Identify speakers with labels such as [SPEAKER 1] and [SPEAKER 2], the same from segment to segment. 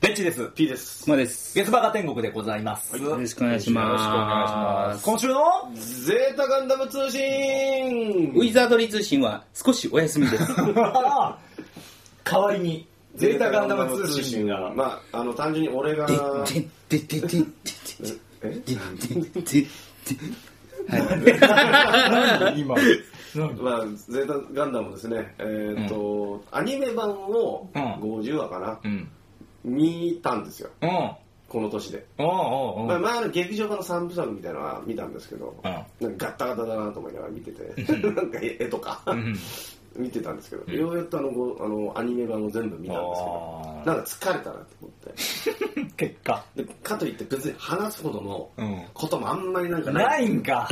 [SPEAKER 1] ベンチです。
[SPEAKER 2] P です。
[SPEAKER 3] 熊です。
[SPEAKER 1] 月馬が天国でございます。
[SPEAKER 3] よろしくお願い
[SPEAKER 2] よろしく
[SPEAKER 3] し
[SPEAKER 2] お願いしま
[SPEAKER 3] ますす。
[SPEAKER 1] 今週の
[SPEAKER 2] ゼータガンダム通信
[SPEAKER 3] ウィザードリー通信は少しお休みです。
[SPEAKER 1] 代わりに、ゼータガンダム通信が、
[SPEAKER 2] まあ、あの、単純に俺が、
[SPEAKER 3] ででででで
[SPEAKER 2] え
[SPEAKER 3] でででで
[SPEAKER 1] 今、
[SPEAKER 2] まあ、ゼータガンダムですね、えーっと、アニメ版を
[SPEAKER 1] うん
[SPEAKER 2] 50話かな、
[SPEAKER 1] うん。
[SPEAKER 2] 見たんですよ、
[SPEAKER 1] うん。
[SPEAKER 2] この年で。
[SPEAKER 1] おうおう
[SPEAKER 2] まあ、前の劇場版の3部作みたいなのは見たんですけど、
[SPEAKER 1] う
[SPEAKER 2] なんかガッタガタだなと思いながら見てて、 なんか絵とか、
[SPEAKER 1] うん。うん。
[SPEAKER 2] 見てたんですけど、ようやっとあのごあのアニメ版を全部見たんですけど、
[SPEAKER 1] あ
[SPEAKER 2] なんか疲れたなと思って。
[SPEAKER 1] ー結果。
[SPEAKER 2] でかといって別に話すほどの
[SPEAKER 1] うん
[SPEAKER 2] こともあんまりなんかない。
[SPEAKER 1] ないんか。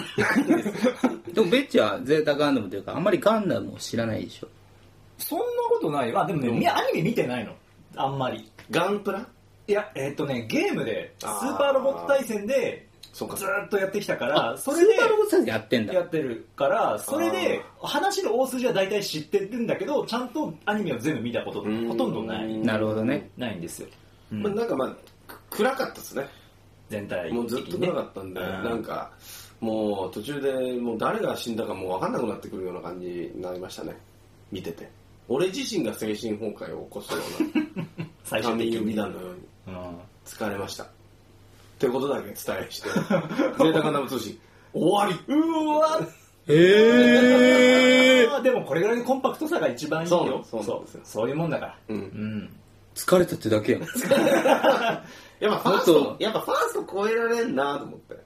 [SPEAKER 3] でもベッチはゼータガンダムというか、あんまりガンダムを知らないでしょ。
[SPEAKER 1] そんなことない。まあでもね、みアニメ見てないの。あんまり。
[SPEAKER 2] ガンプラ
[SPEAKER 1] いや、えーっとね、ゲームで、ス
[SPEAKER 2] あー
[SPEAKER 1] ーパーロボット対戦で、ず
[SPEAKER 2] そうか
[SPEAKER 1] ーっとやってきたから、そ
[SPEAKER 3] ス
[SPEAKER 1] れで
[SPEAKER 3] ーパーロボットサイズやってんだ。
[SPEAKER 1] やってるから、それで、話の大筋は大体知ってるんだけど、ちゃんとアニメを全部見たこと、ほとんどない。
[SPEAKER 3] なるほどね。
[SPEAKER 1] ないんですよ。
[SPEAKER 2] まあ、なんかまあ、く暗かったですね。
[SPEAKER 1] 全体的にね
[SPEAKER 2] もうずっと暗かったんで、
[SPEAKER 1] うん
[SPEAKER 2] なんか、もう途中でもう誰が死んだかもう分かんなくなってくるような感じになりましたね。見てて。俺自身が精神崩壊を起こすような、
[SPEAKER 1] 最
[SPEAKER 2] 仮
[SPEAKER 1] 終的
[SPEAKER 2] 面
[SPEAKER 1] に。
[SPEAKER 2] 見たのように
[SPEAKER 1] うん
[SPEAKER 2] 疲れました。ということだけ伝え して、ゼータガンダム通信、終わり
[SPEAKER 1] うーわっ
[SPEAKER 3] え
[SPEAKER 1] あーでもこれぐらいのコンパクトさが一番いいよ。
[SPEAKER 2] そうそうなんですよ
[SPEAKER 1] そういうもんだから。
[SPEAKER 2] うん
[SPEAKER 1] ん。
[SPEAKER 3] 疲れたってだけやん。
[SPEAKER 2] やっぱファース
[SPEAKER 3] も
[SPEAKER 2] ト
[SPEAKER 3] っ、と
[SPEAKER 2] やっぱファースト超えられんなと思って。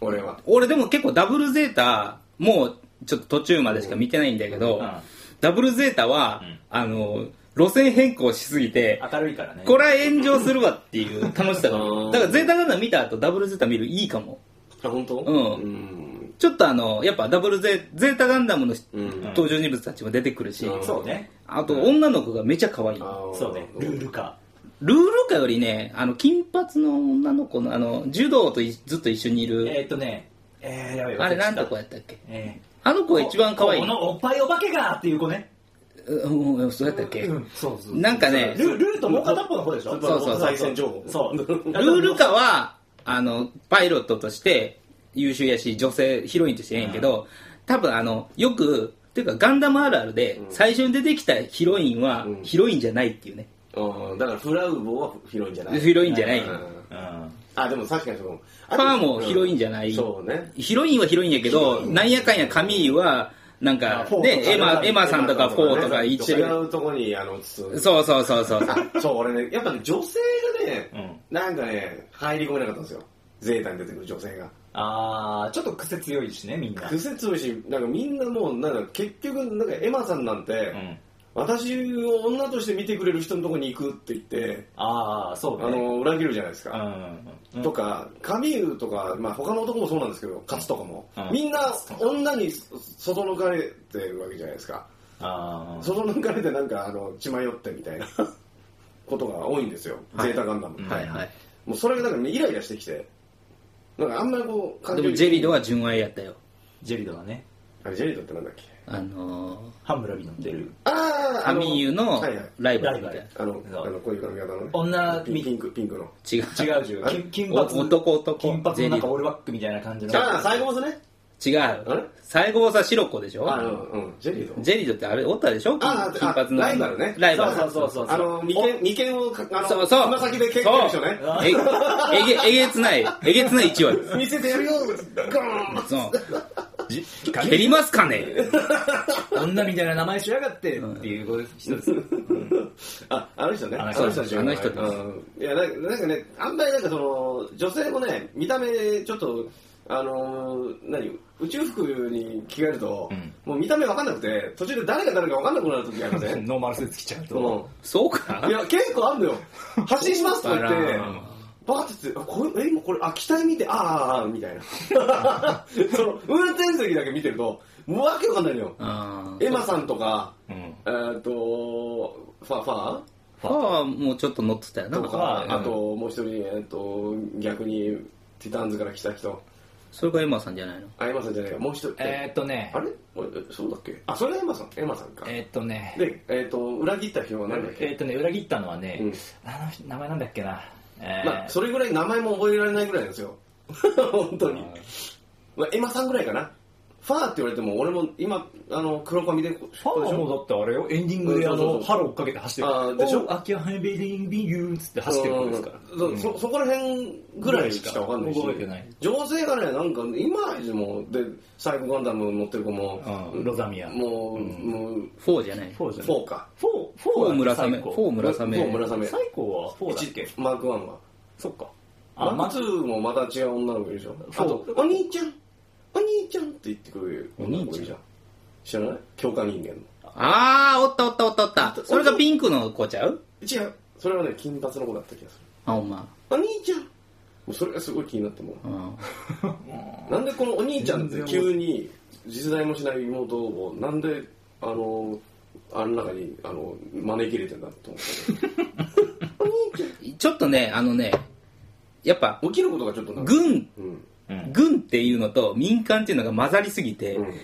[SPEAKER 2] 俺は。
[SPEAKER 3] 俺でも結構ダブルゼータ、もうちょっと途中までしか見てないんだけど、
[SPEAKER 1] うん
[SPEAKER 3] ダブルゼータは、
[SPEAKER 1] うん
[SPEAKER 3] あの、路線変更しすぎて、
[SPEAKER 1] 明るいからね。
[SPEAKER 3] これは炎上するわっていう 楽しさがあ
[SPEAKER 2] うん
[SPEAKER 3] る。だからゼータガンダム見た後ダブルゼータ見るいいかも。
[SPEAKER 2] あ、本当
[SPEAKER 3] うん
[SPEAKER 2] ん。
[SPEAKER 3] ちょっとあの、やっぱダブルゼゼータガンダムの
[SPEAKER 2] うん。
[SPEAKER 3] 登場人物たちも出てくるし、
[SPEAKER 2] うん
[SPEAKER 1] そうね。
[SPEAKER 3] あと女の子がめちゃ可愛い。
[SPEAKER 2] あー
[SPEAKER 1] そうね。ルールか。
[SPEAKER 3] ルールカよりね、あの、金髪の女の子の、あの、柔道といずっと一緒にい
[SPEAKER 1] え
[SPEAKER 3] る、
[SPEAKER 1] ーっとね、えー、やべえ
[SPEAKER 3] あれなん
[SPEAKER 1] と
[SPEAKER 3] とこやったっけ
[SPEAKER 1] え
[SPEAKER 3] あの
[SPEAKER 1] ー
[SPEAKER 3] 子が一番可愛い
[SPEAKER 1] こ。のおっぱいお化けがっていう子ね。
[SPEAKER 3] うんうん、そうやったっけ
[SPEAKER 1] うん、そうそう。
[SPEAKER 3] なんかね、
[SPEAKER 1] ルルーともう片っぽの方でしょ
[SPEAKER 3] そうそうそう
[SPEAKER 2] 最先情報。
[SPEAKER 1] そう。ル
[SPEAKER 3] ルールカは、あの、パイロットとして優秀やし、女性、ヒロインとしてええんやけど、多分あの、よく、っていうかガンダムあるあるで、最初に出てきたヒロインは、
[SPEAKER 2] うん
[SPEAKER 3] ヒロインじゃないっていうね。
[SPEAKER 2] うん。だからフラウボはヒロインじゃない。
[SPEAKER 3] ヒロインじゃない。
[SPEAKER 2] う
[SPEAKER 3] フ
[SPEAKER 2] ん
[SPEAKER 1] うん。
[SPEAKER 2] あ、でも確かにそうかも。あと
[SPEAKER 3] ァーもヒロインじゃない。
[SPEAKER 2] うんそうね。
[SPEAKER 3] ヒロインはヒロインやけど、なんやかんやカミーユは、なん
[SPEAKER 1] まあ
[SPEAKER 3] か
[SPEAKER 1] フォ、ーとか
[SPEAKER 3] ね、エマ、
[SPEAKER 1] ね
[SPEAKER 3] エマさんとかフォーとか
[SPEAKER 2] ね
[SPEAKER 3] 一
[SPEAKER 2] 違
[SPEAKER 3] 緒
[SPEAKER 2] うとこに、あの、つ
[SPEAKER 3] に。そうそうそうそう。
[SPEAKER 2] あそう、俺ね、やっぱね、女性が
[SPEAKER 1] う
[SPEAKER 2] ね
[SPEAKER 1] ん、
[SPEAKER 2] なんかね、入り込めなかったんですよ。ゼータに出てくる女性が。
[SPEAKER 1] あー、ちょっと癖強いしね、みんな。
[SPEAKER 2] 癖強いし、なんかみんなもう、なんか結局、なんかエマさんなんて、
[SPEAKER 1] うん。
[SPEAKER 2] 私を女として見てくれる人のとこに行くって言って、
[SPEAKER 1] あー、そう
[SPEAKER 2] あ
[SPEAKER 1] ね。
[SPEAKER 2] の、裏切るじゃないです
[SPEAKER 1] う
[SPEAKER 2] か。
[SPEAKER 1] ん。うん
[SPEAKER 2] とか、カミーユとか、まあ他の男もそうなんですけど、カツとかも
[SPEAKER 1] うん、
[SPEAKER 2] みんな女に外抜かれてるわけじゃないですか。
[SPEAKER 1] あー。
[SPEAKER 2] 外抜かれてなんか、あの、血迷ってみたいなことが多いんですよ。
[SPEAKER 3] はい
[SPEAKER 2] ゼータガンダム。
[SPEAKER 3] はいはい。
[SPEAKER 2] もうそれがなんかねイライラしてきて、なんかあんまりこう、感
[SPEAKER 3] で
[SPEAKER 2] 情
[SPEAKER 3] もジェリードは純愛やったよ。
[SPEAKER 1] ジェリドがね、
[SPEAKER 2] あれ、ジェリドってなんだっけ
[SPEAKER 3] あの
[SPEAKER 1] ハムラビの出る。
[SPEAKER 2] あ
[SPEAKER 3] ー、
[SPEAKER 2] あ
[SPEAKER 3] カミーユの
[SPEAKER 2] はいはい。
[SPEAKER 3] ライバルみたいな。
[SPEAKER 2] あの、あのこういう髪型のね。
[SPEAKER 1] 女
[SPEAKER 2] ピンピンク、ピンクの。
[SPEAKER 3] 違
[SPEAKER 1] 違
[SPEAKER 3] う。
[SPEAKER 1] う違う。
[SPEAKER 2] あ
[SPEAKER 1] 金金
[SPEAKER 3] お
[SPEAKER 1] 髪。
[SPEAKER 3] 男男
[SPEAKER 1] 金髪のなんか
[SPEAKER 3] ゼリー
[SPEAKER 1] オールバックみたいな感じの。
[SPEAKER 2] ああ、最後ですね。
[SPEAKER 3] 違
[SPEAKER 2] あれ
[SPEAKER 3] う。最後はさ、シロコでしょ
[SPEAKER 2] あの、うん、ジェリド。
[SPEAKER 3] ジェリードってあれ、おったでしょ
[SPEAKER 2] ああ
[SPEAKER 3] 金髪の。
[SPEAKER 2] ライバルね
[SPEAKER 3] ライバル。
[SPEAKER 1] そうそうそうそう。
[SPEAKER 2] あの、眉間、眉間をか、あの、
[SPEAKER 3] そうそう
[SPEAKER 2] つま先で蹴ってる人ね。
[SPEAKER 3] ええげ、えげつない、えげつない一話です。
[SPEAKER 2] 見せてやるよゴーン
[SPEAKER 3] そう。じ蹴りますかね
[SPEAKER 1] 女みたいな名前しやがってっていうこと一つ。
[SPEAKER 2] あ、あの人ね。
[SPEAKER 1] あ
[SPEAKER 2] あ
[SPEAKER 1] の人
[SPEAKER 2] の人たち
[SPEAKER 3] あの人です
[SPEAKER 2] うんいや、なんかなんかね、あんまりなんかその、女性もね、見た目、ちょっと、あのー、何宇宙服に着替えると、
[SPEAKER 1] うん
[SPEAKER 2] もう見た目わかんなくて、途中で誰が誰かわかんなくなる時ありませ ん
[SPEAKER 1] ノーマルスーツ着ちゃうと。
[SPEAKER 2] う
[SPEAKER 3] そうか
[SPEAKER 2] ん。いや、結構あん のよ。発信しますとか言って
[SPEAKER 3] あら、
[SPEAKER 2] バーってって、あ、これ、え、今これ、あ、機体見て、あーあー、あーみたいな。 その、運転席だけ見てると、わけわかんないのよ。
[SPEAKER 3] あー
[SPEAKER 2] エマさんとか、
[SPEAKER 1] うん。
[SPEAKER 2] えーっと、ファ、ファー
[SPEAKER 3] ファーはもうちょっと乗ってたよな。
[SPEAKER 2] と
[SPEAKER 3] フ
[SPEAKER 2] か、
[SPEAKER 1] うん
[SPEAKER 2] あともう一人、えっと、逆に、ティターンズから来た人。
[SPEAKER 3] それがエマさんじゃないの
[SPEAKER 2] あ、エマさんじゃないか、もう一人。
[SPEAKER 1] えーっとね
[SPEAKER 2] あ、れおえそうだっけあ、それがエマさん。エマさんか。
[SPEAKER 1] えーっとね、
[SPEAKER 2] で、えっ、と、裏切った人は
[SPEAKER 1] え
[SPEAKER 2] 何だっけ、
[SPEAKER 1] ーっとね、裏切ったのはね、
[SPEAKER 2] うん
[SPEAKER 1] あの人名前なんだっけな。えー
[SPEAKER 2] まあ、それぐらい名前も覚えられないぐらいなんですよ。 本当に。まあ、エマさんぐらいかな。ファーって言われても、俺も今、あの、黒髪で、ファ
[SPEAKER 4] ファンはもうだってあれよ、エンディングであ
[SPEAKER 2] うんそうそう
[SPEAKER 4] の、
[SPEAKER 2] そう
[SPEAKER 4] ハロー追っかけて走ってる。
[SPEAKER 2] あーでしょ
[SPEAKER 4] おうアキアハイベリンビユーっつって走ってる子ですから。
[SPEAKER 2] うんそそそこら辺ぐらいしかわかんないし
[SPEAKER 4] 覚えてない
[SPEAKER 2] 女性がねなんか今でもでサイコガンダム乗ってる子も、
[SPEAKER 4] うんロザミア
[SPEAKER 2] もう、もう
[SPEAKER 3] 4じゃない
[SPEAKER 4] フォーじゃ
[SPEAKER 2] フ
[SPEAKER 4] ない
[SPEAKER 2] ォーか
[SPEAKER 4] フォー、フォ
[SPEAKER 3] 4
[SPEAKER 4] ー
[SPEAKER 3] 村
[SPEAKER 4] は
[SPEAKER 3] 雨
[SPEAKER 4] 最高
[SPEAKER 3] 4村
[SPEAKER 2] フォー村雨
[SPEAKER 4] 最高はフォーだっけ
[SPEAKER 2] マークワンは
[SPEAKER 4] そっか。
[SPEAKER 2] マ
[SPEAKER 4] あ、ま
[SPEAKER 2] ークツーもまた違う女の子いるでしょあ
[SPEAKER 4] フォ
[SPEAKER 2] と
[SPEAKER 4] ー
[SPEAKER 2] お兄ちゃんお兄ちゃんって言ってくる女の子いるじゃん知らない強化人間
[SPEAKER 3] ああおったおったおったおったそれがピンクの子ちゃう
[SPEAKER 2] の違うそれはね金髪の子だった気がする
[SPEAKER 3] あほんま
[SPEAKER 2] お兄ちゃんもうそれがすごい気になってもう
[SPEAKER 3] うん
[SPEAKER 2] なんでこのお兄ちゃんって急に実在もしない妹をなんであのあの中にあの招き入れてんだと思
[SPEAKER 3] ちょっとねあのねやっぱ
[SPEAKER 2] って起きることがちょっとなんか
[SPEAKER 3] 軍
[SPEAKER 2] うん
[SPEAKER 3] 軍っていうのと民間っていうのが混ざりすぎて、
[SPEAKER 2] うん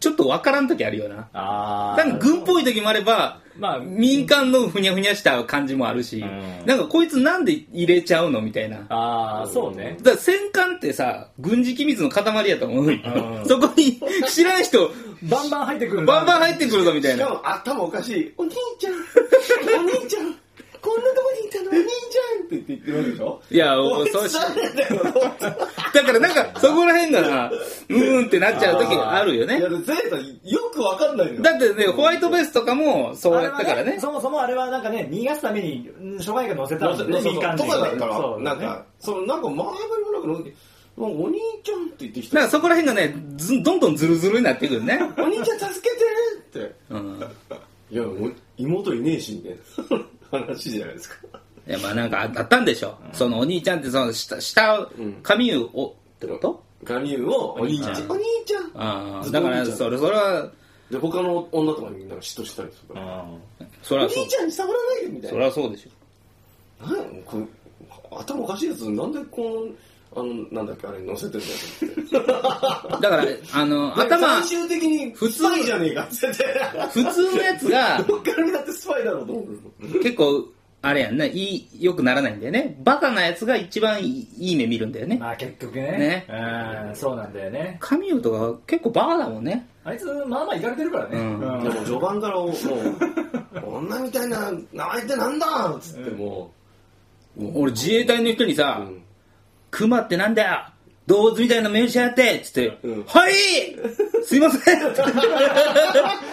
[SPEAKER 3] ちょっとわからん時あるよな
[SPEAKER 1] あー
[SPEAKER 3] なんか軍っぽい時もあれば、
[SPEAKER 1] まあ
[SPEAKER 3] 民間のふにゃふにゃした感じもあるし、
[SPEAKER 1] うん
[SPEAKER 3] なんかこいつなんで入れちゃうのみたいな。だか
[SPEAKER 1] ああ、そうね。
[SPEAKER 3] ら戦艦ってさ、軍事機密の塊やと思うよ。そこに知らん人、
[SPEAKER 1] バンバン入ってくるな
[SPEAKER 3] バンバン入ってくるぞみたい
[SPEAKER 2] しか
[SPEAKER 3] な。
[SPEAKER 2] も頭おかしいお兄ちゃんお兄ちゃんこんなとこにいたのお兄ちゃんって言って言ってるわけでしょ
[SPEAKER 3] いや、お
[SPEAKER 2] おい
[SPEAKER 3] そうし、
[SPEAKER 2] 誰だよ
[SPEAKER 3] だからなんかそこら辺がな、うーんってなっちゃう時があるよ
[SPEAKER 2] い
[SPEAKER 3] ね
[SPEAKER 2] や。ゼータよくわかんないのよ
[SPEAKER 3] だってね、ホワイトベースとかもそうやったから
[SPEAKER 4] あれは
[SPEAKER 3] ね。
[SPEAKER 4] そもそもあれはなんかね、逃がすために、うん諸外が乗せた
[SPEAKER 2] そ
[SPEAKER 4] ん
[SPEAKER 2] う
[SPEAKER 4] だ
[SPEAKER 2] そ
[SPEAKER 4] よね、
[SPEAKER 2] うそう
[SPEAKER 4] 民間
[SPEAKER 2] と
[SPEAKER 4] 人
[SPEAKER 2] かだ
[SPEAKER 4] ね
[SPEAKER 2] から、
[SPEAKER 4] そう
[SPEAKER 2] な
[SPEAKER 4] だ
[SPEAKER 2] ん
[SPEAKER 4] ね
[SPEAKER 2] かそのなんか前振りもなくなんかお兄ちゃんって言ってきた
[SPEAKER 3] なんかそこら辺がね、ずどんどんズルズルになってくるね。
[SPEAKER 2] お兄ちゃん助けてって
[SPEAKER 3] うん
[SPEAKER 2] いや、もう妹いねえし、みたいな話じゃないですか。
[SPEAKER 3] いやまあなんかああったんでしょ、そのお兄ちゃんってその下下
[SPEAKER 2] ん
[SPEAKER 3] 髪をってこと、
[SPEAKER 2] ガミューをお兄ちゃん。お兄ちゃん
[SPEAKER 3] ああ
[SPEAKER 2] ずっ
[SPEAKER 3] だ
[SPEAKER 2] と
[SPEAKER 3] か
[SPEAKER 2] お兄ちゃ
[SPEAKER 3] ら
[SPEAKER 2] ん
[SPEAKER 3] それそれは
[SPEAKER 2] で、他の女とかにみんなが嫉妬したりするから。
[SPEAKER 3] それ
[SPEAKER 2] お
[SPEAKER 3] はそう
[SPEAKER 2] 兄ちゃんに触らないでみたい
[SPEAKER 3] そ
[SPEAKER 2] な。
[SPEAKER 3] れはそうでしょ
[SPEAKER 2] なんやもうこの頭おかしいやつ、なんでこの、あの、なんだっけ、あれ乗せてんだよと思って。
[SPEAKER 3] だからあ の頭
[SPEAKER 2] 最終的に、
[SPEAKER 3] 普通
[SPEAKER 2] スパイじゃねえかって言って。
[SPEAKER 3] 普通のやつが
[SPEAKER 2] どっから見たってスパイだろうと思う。
[SPEAKER 3] 結構あれやんないい良くならないんだよねバカなやつが一番いいいい目見るんだよね
[SPEAKER 4] まあ結局ね
[SPEAKER 3] ね
[SPEAKER 4] うん、そうなんだよね。
[SPEAKER 3] 神尾とか結構バカだもんね
[SPEAKER 4] あいつ、まあまあいかれてるからね。
[SPEAKER 3] うん
[SPEAKER 4] うん
[SPEAKER 2] でも序盤からもう、女みたいな名前ってなんだっつってもう、もう
[SPEAKER 3] 俺自衛隊の人にさ、
[SPEAKER 2] ん
[SPEAKER 3] クマってなんだよ動物みたいな目をしやがってっつって、
[SPEAKER 2] うん
[SPEAKER 3] はいすいません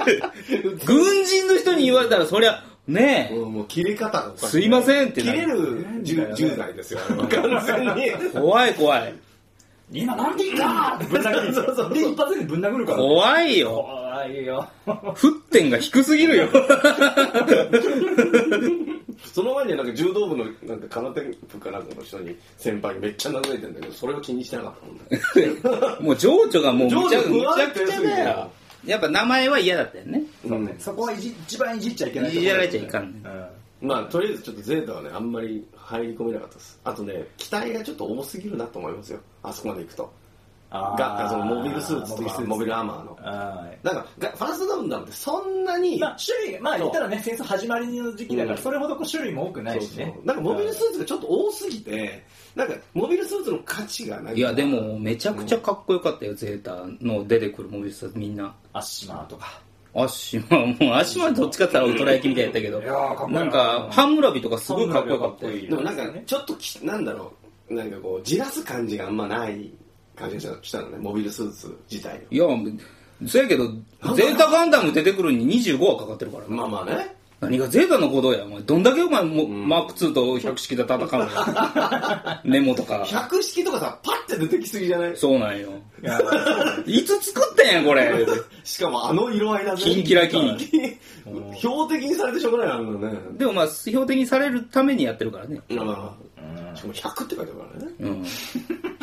[SPEAKER 3] 軍人の人に言われたらそりゃねえ、
[SPEAKER 2] もうもう切れ方がおかし
[SPEAKER 3] すいませんって
[SPEAKER 2] 切
[SPEAKER 3] な
[SPEAKER 2] れ
[SPEAKER 3] る
[SPEAKER 2] る 10, 代ですよ、完全に。
[SPEAKER 3] 怖い怖い
[SPEAKER 4] 今なんて言ったってぶん殴る。そうそうで、一発でぶん殴るから。
[SPEAKER 3] 怖いよ
[SPEAKER 4] ああ、いいよ。
[SPEAKER 3] 沸点が低すぎ るよ
[SPEAKER 2] その前になんか柔道部のなんか空手部かなんかの人に先輩にめっちゃ殴られてんだけど、それを気にしてなかったもん ね。
[SPEAKER 3] もう情緒がもうむちゃ
[SPEAKER 2] 情緒
[SPEAKER 3] む
[SPEAKER 2] 不
[SPEAKER 3] ちゃ
[SPEAKER 2] 安定
[SPEAKER 3] くちゃだよやっぱ名前は嫌だったよね
[SPEAKER 2] うん
[SPEAKER 4] そこはいじ一番いじっちゃいけない
[SPEAKER 3] い
[SPEAKER 4] ところ。
[SPEAKER 3] じられちゃいかんね
[SPEAKER 4] うん。
[SPEAKER 2] まあ、とりあえずちょっとゼータはね、あんまり入り込めなかったです。あとね、期待がちょっと多すぎるなと思いますよ。あそこまで行くと。
[SPEAKER 4] あ
[SPEAKER 2] がそのモビルスーツとか、モビルアーマーの。
[SPEAKER 4] あー
[SPEAKER 2] なんか、がファーストダウンダウンってそんなに、
[SPEAKER 4] まあ、種類が、まあ言ったらね、戦争始まりの時期だから、それほどこう種類も多くないしね
[SPEAKER 2] そう。そうなんかモビルスーツがちょっと多すぎて、なんかモビルスーツの価値がない。
[SPEAKER 3] いやでもめちゃくちゃかっこよかったよ、ゼータの出てくるモビルスーツみんな
[SPEAKER 4] アッシマーとか。
[SPEAKER 3] アッシュマンもうアッシュマンどっちかって言ったらウトラ焼きみたいやったけど
[SPEAKER 4] いやーかっこいいな
[SPEAKER 3] なんかハンムラビとかすごいかっこよかったよ
[SPEAKER 4] ハンムラビはかっこいい
[SPEAKER 2] でもなんかね、ちょっとき、なんだろう、なんかこう、じらす感じがあんまない感じがしたのね、モビルスーツ自体
[SPEAKER 3] いやそやけどゼータガンダム出てくるのに25はかかってるから
[SPEAKER 2] が。まあまあね。
[SPEAKER 3] 何がゼータのことやお前どんだけお前も、マーク2と100式で戦うの ネモとか
[SPEAKER 2] 百式とかさ、パッて出てきすぎじゃ ない
[SPEAKER 3] そうなんよ
[SPEAKER 4] いやー
[SPEAKER 3] いつ作ってんやこれ
[SPEAKER 2] しかもあの色合いだね。
[SPEAKER 3] キンキラキン
[SPEAKER 2] ン。標的にされてしょうがないあのね。
[SPEAKER 3] でもまあ標的にされるためにやってるからね
[SPEAKER 2] まあまあまあ。しかも100って書いてあるからね。
[SPEAKER 3] うん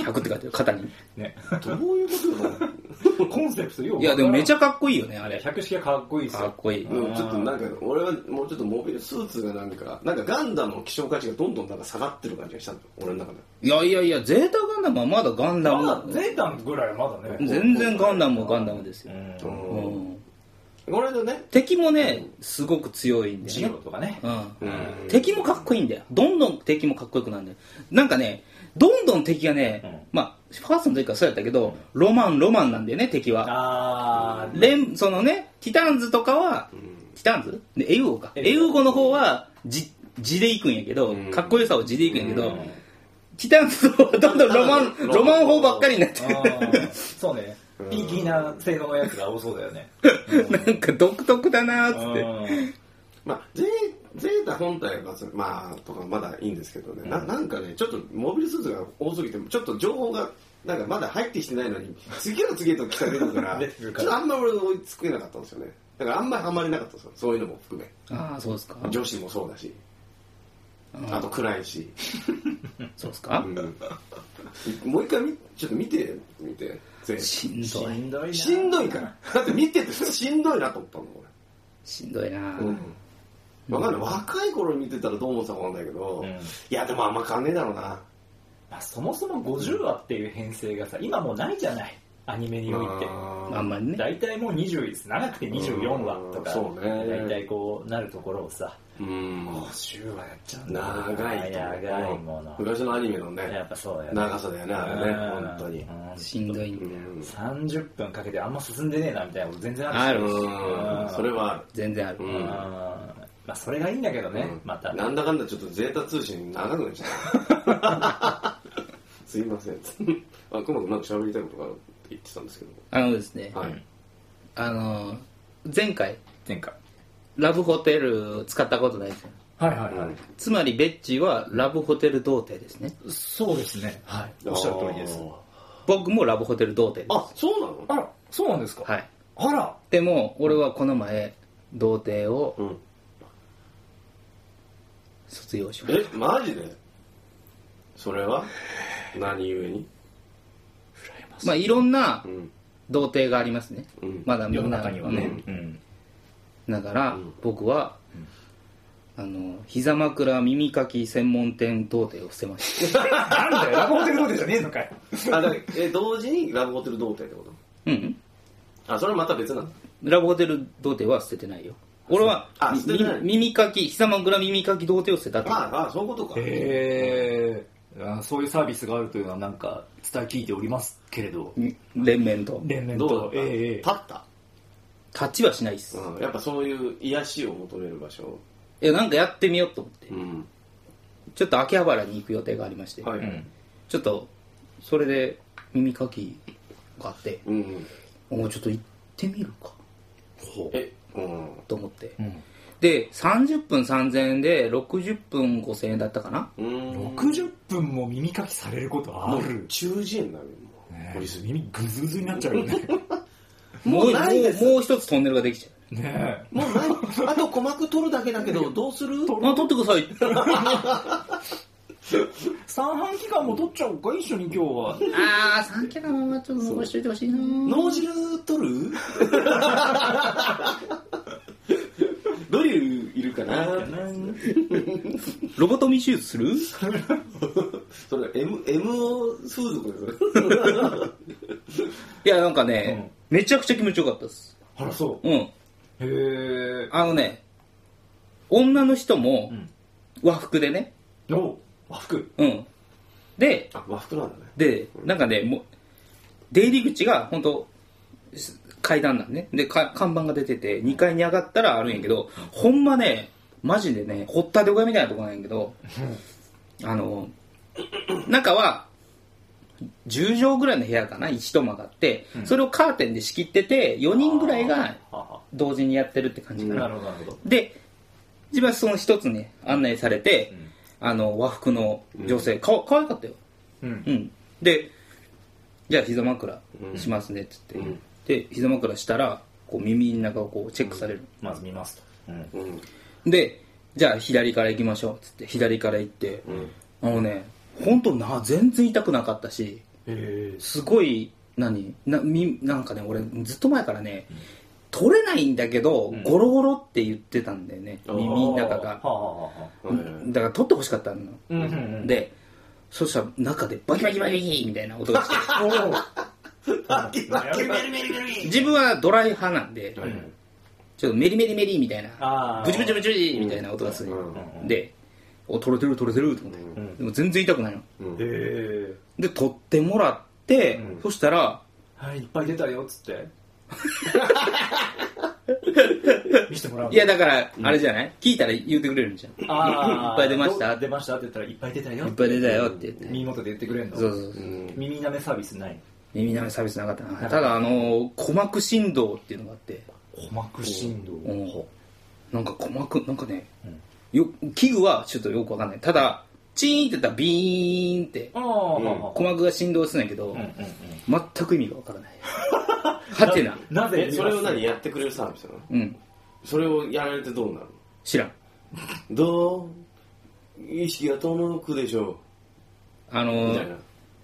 [SPEAKER 3] 100って書いてる肩に
[SPEAKER 4] ね。
[SPEAKER 2] どういうことだろう
[SPEAKER 4] これコンセプトよ
[SPEAKER 3] いや、でもめち
[SPEAKER 4] ゃ
[SPEAKER 3] ゃかっこいいよね、あれ。
[SPEAKER 4] 百式はかっこいいです
[SPEAKER 3] かっ
[SPEAKER 4] よ
[SPEAKER 3] こいい。
[SPEAKER 2] でもちょっとなんか、俺はもうちょっとモビルスーツがなんか、なんかガンダムの希少価値がどんどんなんか下がってる感じがしたんだよ、俺の中で。
[SPEAKER 3] いやいやいや、ゼータガンダムはまだガンダ
[SPEAKER 4] まだ
[SPEAKER 3] ム。
[SPEAKER 4] ゼータぐらいはまだね
[SPEAKER 3] 全然ガンダムはガンダムですよ。
[SPEAKER 2] う。
[SPEAKER 3] うんん
[SPEAKER 2] これでね、
[SPEAKER 3] 敵もね、すごく強いんだ
[SPEAKER 4] ジ
[SPEAKER 3] よ
[SPEAKER 4] ロ
[SPEAKER 3] ね。
[SPEAKER 4] とかね
[SPEAKER 3] うん
[SPEAKER 2] うん
[SPEAKER 3] 敵もかっこいいんだよ。どんどん敵もかっこよくなるんだよ。なんかね、どんどん敵がね、まあ、ファーストの時からそうやったけど、ロマン、ロマンなんだよね、敵は。
[SPEAKER 4] あー
[SPEAKER 3] レン、そのね、ティターンズとかは、ティターンズでエウゴか。
[SPEAKER 4] エウゴ
[SPEAKER 3] エウゴの方は、じ、地で行くんやけど
[SPEAKER 2] うん、
[SPEAKER 3] かっこよさを地で行くんやけ
[SPEAKER 2] う
[SPEAKER 3] ど
[SPEAKER 2] ん、
[SPEAKER 3] ティターンズの方はどんどんロマン、ロマン法ばっかりになって
[SPEAKER 4] あーそうね
[SPEAKER 2] ん
[SPEAKER 4] ピーキーな性能のやつが多そうだよね
[SPEAKER 3] る、なんか独特だなーっつって。
[SPEAKER 4] うん
[SPEAKER 2] まあ、ゼゼータ本体は、まあ、とかまだいいんですけどね、ななんかね、ちょっとモビルスーツが多すぎて、ちょっと情報が、なんかまだ入ってきてないのに、次から次へと来た出てくるから、
[SPEAKER 4] 出てくるか
[SPEAKER 2] ち
[SPEAKER 4] ら
[SPEAKER 2] ょっとあんま俺追いつけなかったんですよね。だからあんまりハマれなかったんですよ、そういうのも含め。
[SPEAKER 3] ああ、そうですか。
[SPEAKER 2] 女子もそうだし、
[SPEAKER 3] うん
[SPEAKER 2] あと暗いし。
[SPEAKER 3] そうですか
[SPEAKER 2] もう一回み、ちょっと見て、見て、ゼー
[SPEAKER 3] しん
[SPEAKER 4] し
[SPEAKER 3] どい。
[SPEAKER 4] んどいな
[SPEAKER 2] タ。しんどいから。だって見ててしんどいなと思ったの、俺。
[SPEAKER 3] しんどいな
[SPEAKER 2] うんわかんない。若い頃に見てたらどう思ってたかわかんないけど、
[SPEAKER 4] うん
[SPEAKER 2] いや、でもあんま変わんねえだろうな。
[SPEAKER 4] まあそもそも50話っていう編成がさ今もうないじゃないアニメにおいて
[SPEAKER 3] あんまりね。
[SPEAKER 4] 大体もう20です長くて24話とか
[SPEAKER 2] うんそうね
[SPEAKER 4] 大体こうなるところをさ
[SPEAKER 2] うん
[SPEAKER 4] 50話やっちゃうんだよ
[SPEAKER 2] 長いと思う
[SPEAKER 4] 長いもの
[SPEAKER 2] 昔のアニメの
[SPEAKER 4] や
[SPEAKER 2] ね
[SPEAKER 4] っぱそうだよね
[SPEAKER 2] 長さだよねあれね
[SPEAKER 4] うん
[SPEAKER 2] 本当に
[SPEAKER 4] うん
[SPEAKER 3] しんどいん
[SPEAKER 2] う
[SPEAKER 3] だよ。
[SPEAKER 2] ん
[SPEAKER 4] 30分かけてあんま進んでねえなみたいなこと全然あ
[SPEAKER 3] あ
[SPEAKER 4] るし
[SPEAKER 3] る。
[SPEAKER 2] うんそれはある
[SPEAKER 3] 全然ある
[SPEAKER 2] う。ん
[SPEAKER 4] うんまあそれがいいんだけどね
[SPEAKER 2] うん
[SPEAKER 4] また
[SPEAKER 2] なんだかんだちょっとゼータ通信長くなっち ゃうすいません あくまくなんか喋りたいことがあるって言ってたんですけど
[SPEAKER 3] あのですね、
[SPEAKER 2] はい
[SPEAKER 3] あの、前回、
[SPEAKER 4] 前回
[SPEAKER 3] ラブホテル使ったことないですよ。
[SPEAKER 1] はいはい
[SPEAKER 2] うん
[SPEAKER 3] つまりベッチはラブホテル童貞ですね
[SPEAKER 1] そうですね。はい。
[SPEAKER 4] おっしゃる通りです
[SPEAKER 3] 僕もラブホテル童貞で
[SPEAKER 2] あそうなの
[SPEAKER 1] あら、そうなんですか
[SPEAKER 3] すはい
[SPEAKER 1] あら、
[SPEAKER 3] でも俺はこの前童貞を
[SPEAKER 2] うん
[SPEAKER 3] 卒業しまし
[SPEAKER 2] えマジでそれは何故に
[SPEAKER 3] たまあいろんな
[SPEAKER 2] うん
[SPEAKER 3] 童貞がありますね
[SPEAKER 2] うん
[SPEAKER 3] まだみんな
[SPEAKER 1] 世の中にはね。うん。
[SPEAKER 3] うんだから
[SPEAKER 2] ん
[SPEAKER 3] 僕は、あの膝枕耳かき専門店童貞を捨てまし
[SPEAKER 1] なんだよ、ラブホテル童貞じゃねえのかよ。
[SPEAKER 2] あだからえ同時にラブホテル童貞ってこ
[SPEAKER 3] たうん
[SPEAKER 2] とあそれはまた別なの
[SPEAKER 3] ラブホテル童貞は捨ててないよ俺は
[SPEAKER 2] あ捨ててない
[SPEAKER 3] み耳かき膝枕耳かき童貞を捨てたって
[SPEAKER 2] ああそういうことか
[SPEAKER 1] へえ。そういうサービスがあるというのはなんか伝え聞いておりますけれど。
[SPEAKER 3] 連綿と
[SPEAKER 1] 連綿
[SPEAKER 2] どうだ
[SPEAKER 1] と
[SPEAKER 2] っ。た、
[SPEAKER 1] ええ
[SPEAKER 2] 立。った、
[SPEAKER 3] タッチはしないっす、
[SPEAKER 2] うん、やっぱそういう癒しを求める場所、
[SPEAKER 3] いやなんかやってみようと思って
[SPEAKER 2] うん、
[SPEAKER 3] ちょっと秋葉原に行く予定がありまして、
[SPEAKER 2] はい、
[SPEAKER 1] うん
[SPEAKER 3] ちょっとそれで耳かきがあって
[SPEAKER 2] うんうん、
[SPEAKER 3] もうちょっと行ってみるか
[SPEAKER 2] え、うん、
[SPEAKER 3] と思って、
[SPEAKER 1] うん
[SPEAKER 3] で30分3000円で60分5000円だったかな
[SPEAKER 2] うん、
[SPEAKER 1] 60分も耳かきされることある。
[SPEAKER 2] 中耳炎だ
[SPEAKER 1] ね
[SPEAKER 2] ねもう、
[SPEAKER 1] え
[SPEAKER 2] 折りすぎ
[SPEAKER 1] 耳ぐずぐずになっちゃうよね。
[SPEAKER 3] もう
[SPEAKER 2] ないです
[SPEAKER 3] もうもう一つトンネルができちゃ
[SPEAKER 1] ね
[SPEAKER 2] もうない あと鼓膜取るだけだけどどうする
[SPEAKER 3] うあ取ってください
[SPEAKER 1] え。三半期間も取っちゃおうか、一緒に今日は。
[SPEAKER 3] ああ三桁のままちょっと残しといてほしいな
[SPEAKER 2] 脳汁取る ドリルいるかな
[SPEAKER 3] ロボトミー手術する
[SPEAKER 2] それ M, M を風俗ですね
[SPEAKER 3] いやなんかね、めちゃくちゃ気持ちよかったです
[SPEAKER 1] あら、そ
[SPEAKER 3] うん
[SPEAKER 1] う。へえ。
[SPEAKER 3] あのね女の人も
[SPEAKER 1] ん
[SPEAKER 3] 和服でね
[SPEAKER 1] お和服。
[SPEAKER 3] うんで
[SPEAKER 2] あ和服なんだね
[SPEAKER 3] で、なんかね、もう、出入り口が本当す階段なんね。で、か看板が出てて、2階に上がったらあるんやけど、ほんまね、マジでね、掘ったて小屋みたいなとこなんやけど、あの、中は、10畳ぐらいの部屋かな、一間があって、それをカーテンで仕切ってて、4人ぐらいが
[SPEAKER 1] は
[SPEAKER 3] 同時にやってるって感じかな。
[SPEAKER 1] なるほど、なるほど。
[SPEAKER 3] で、自分はその一つに案内されて、あの、和服の女性、かわ可愛かったよ。
[SPEAKER 1] うん。
[SPEAKER 3] うん、でじゃあ膝枕しますねっつって、
[SPEAKER 2] うん
[SPEAKER 3] で膝枕したらこう耳の中をこうチェックされる、
[SPEAKER 1] まず見ますと。うん。
[SPEAKER 2] うん
[SPEAKER 3] でじゃあ左から行きましょうっつって左から行って、
[SPEAKER 2] うん
[SPEAKER 3] あのね本当な全然痛くなかったし
[SPEAKER 1] ええ。
[SPEAKER 3] すごい何なみなんかね俺ずっと前からね取れないんだけど、ゴロゴロって言ってたんだよね
[SPEAKER 2] あー
[SPEAKER 3] 耳の中
[SPEAKER 4] は
[SPEAKER 3] が
[SPEAKER 4] あはあはあ
[SPEAKER 2] はいはい
[SPEAKER 3] だから取ってほしかったの、
[SPEAKER 4] うんうんうん
[SPEAKER 3] でそしたら中でバキバキバキバキみたいな音がして
[SPEAKER 4] おー
[SPEAKER 2] バキバキメリメリメ リ
[SPEAKER 3] 自分はドライ派なんで、
[SPEAKER 2] はいはい
[SPEAKER 3] ちょっとメリメリメリみたいな
[SPEAKER 4] あ、ー
[SPEAKER 3] ブチブチブチブチみたいな音がする。
[SPEAKER 2] う
[SPEAKER 3] で、お、取れてる取れてると思って。
[SPEAKER 2] うん
[SPEAKER 3] でも全然痛くないの。
[SPEAKER 2] うん
[SPEAKER 4] へえ
[SPEAKER 3] で、取ってもらって、そしたら、
[SPEAKER 4] はいいっぱい出たよっつって見せてもらう
[SPEAKER 3] いやだから、あれじゃない聞いたら言ってくれるんじゃん。いっ
[SPEAKER 4] あー
[SPEAKER 3] ぱい出ました
[SPEAKER 4] ど出ましたって言ったらいっぱい出たよ
[SPEAKER 3] ぱい出たよって言って。
[SPEAKER 4] 耳元で言ってくれるの
[SPEAKER 3] そうそうそうう。
[SPEAKER 2] ん
[SPEAKER 4] 耳舐めサービスない
[SPEAKER 3] 耳鳴りサービスなかったな。ただ、あのー、鼓膜振動っていうのがあって、
[SPEAKER 4] 鼓膜振動
[SPEAKER 3] うんなんか鼓膜、なんかね
[SPEAKER 4] うん、
[SPEAKER 3] よ器具はちょっとよくわかんない。ただ、チーンって言ったらビーンって、
[SPEAKER 4] ああ、うんうん
[SPEAKER 3] 鼓膜が振動するんだけど、
[SPEAKER 4] うん
[SPEAKER 3] 全く意味がわからない。はてな。
[SPEAKER 4] なぜ
[SPEAKER 2] えそれを何やってくれるサービスなの
[SPEAKER 3] うん。
[SPEAKER 2] それをやられてどうなるの
[SPEAKER 3] 知らん。
[SPEAKER 2] どう意識が遠のくでしょ
[SPEAKER 3] あ
[SPEAKER 2] う
[SPEAKER 3] の
[SPEAKER 2] みたいな
[SPEAKER 3] ー、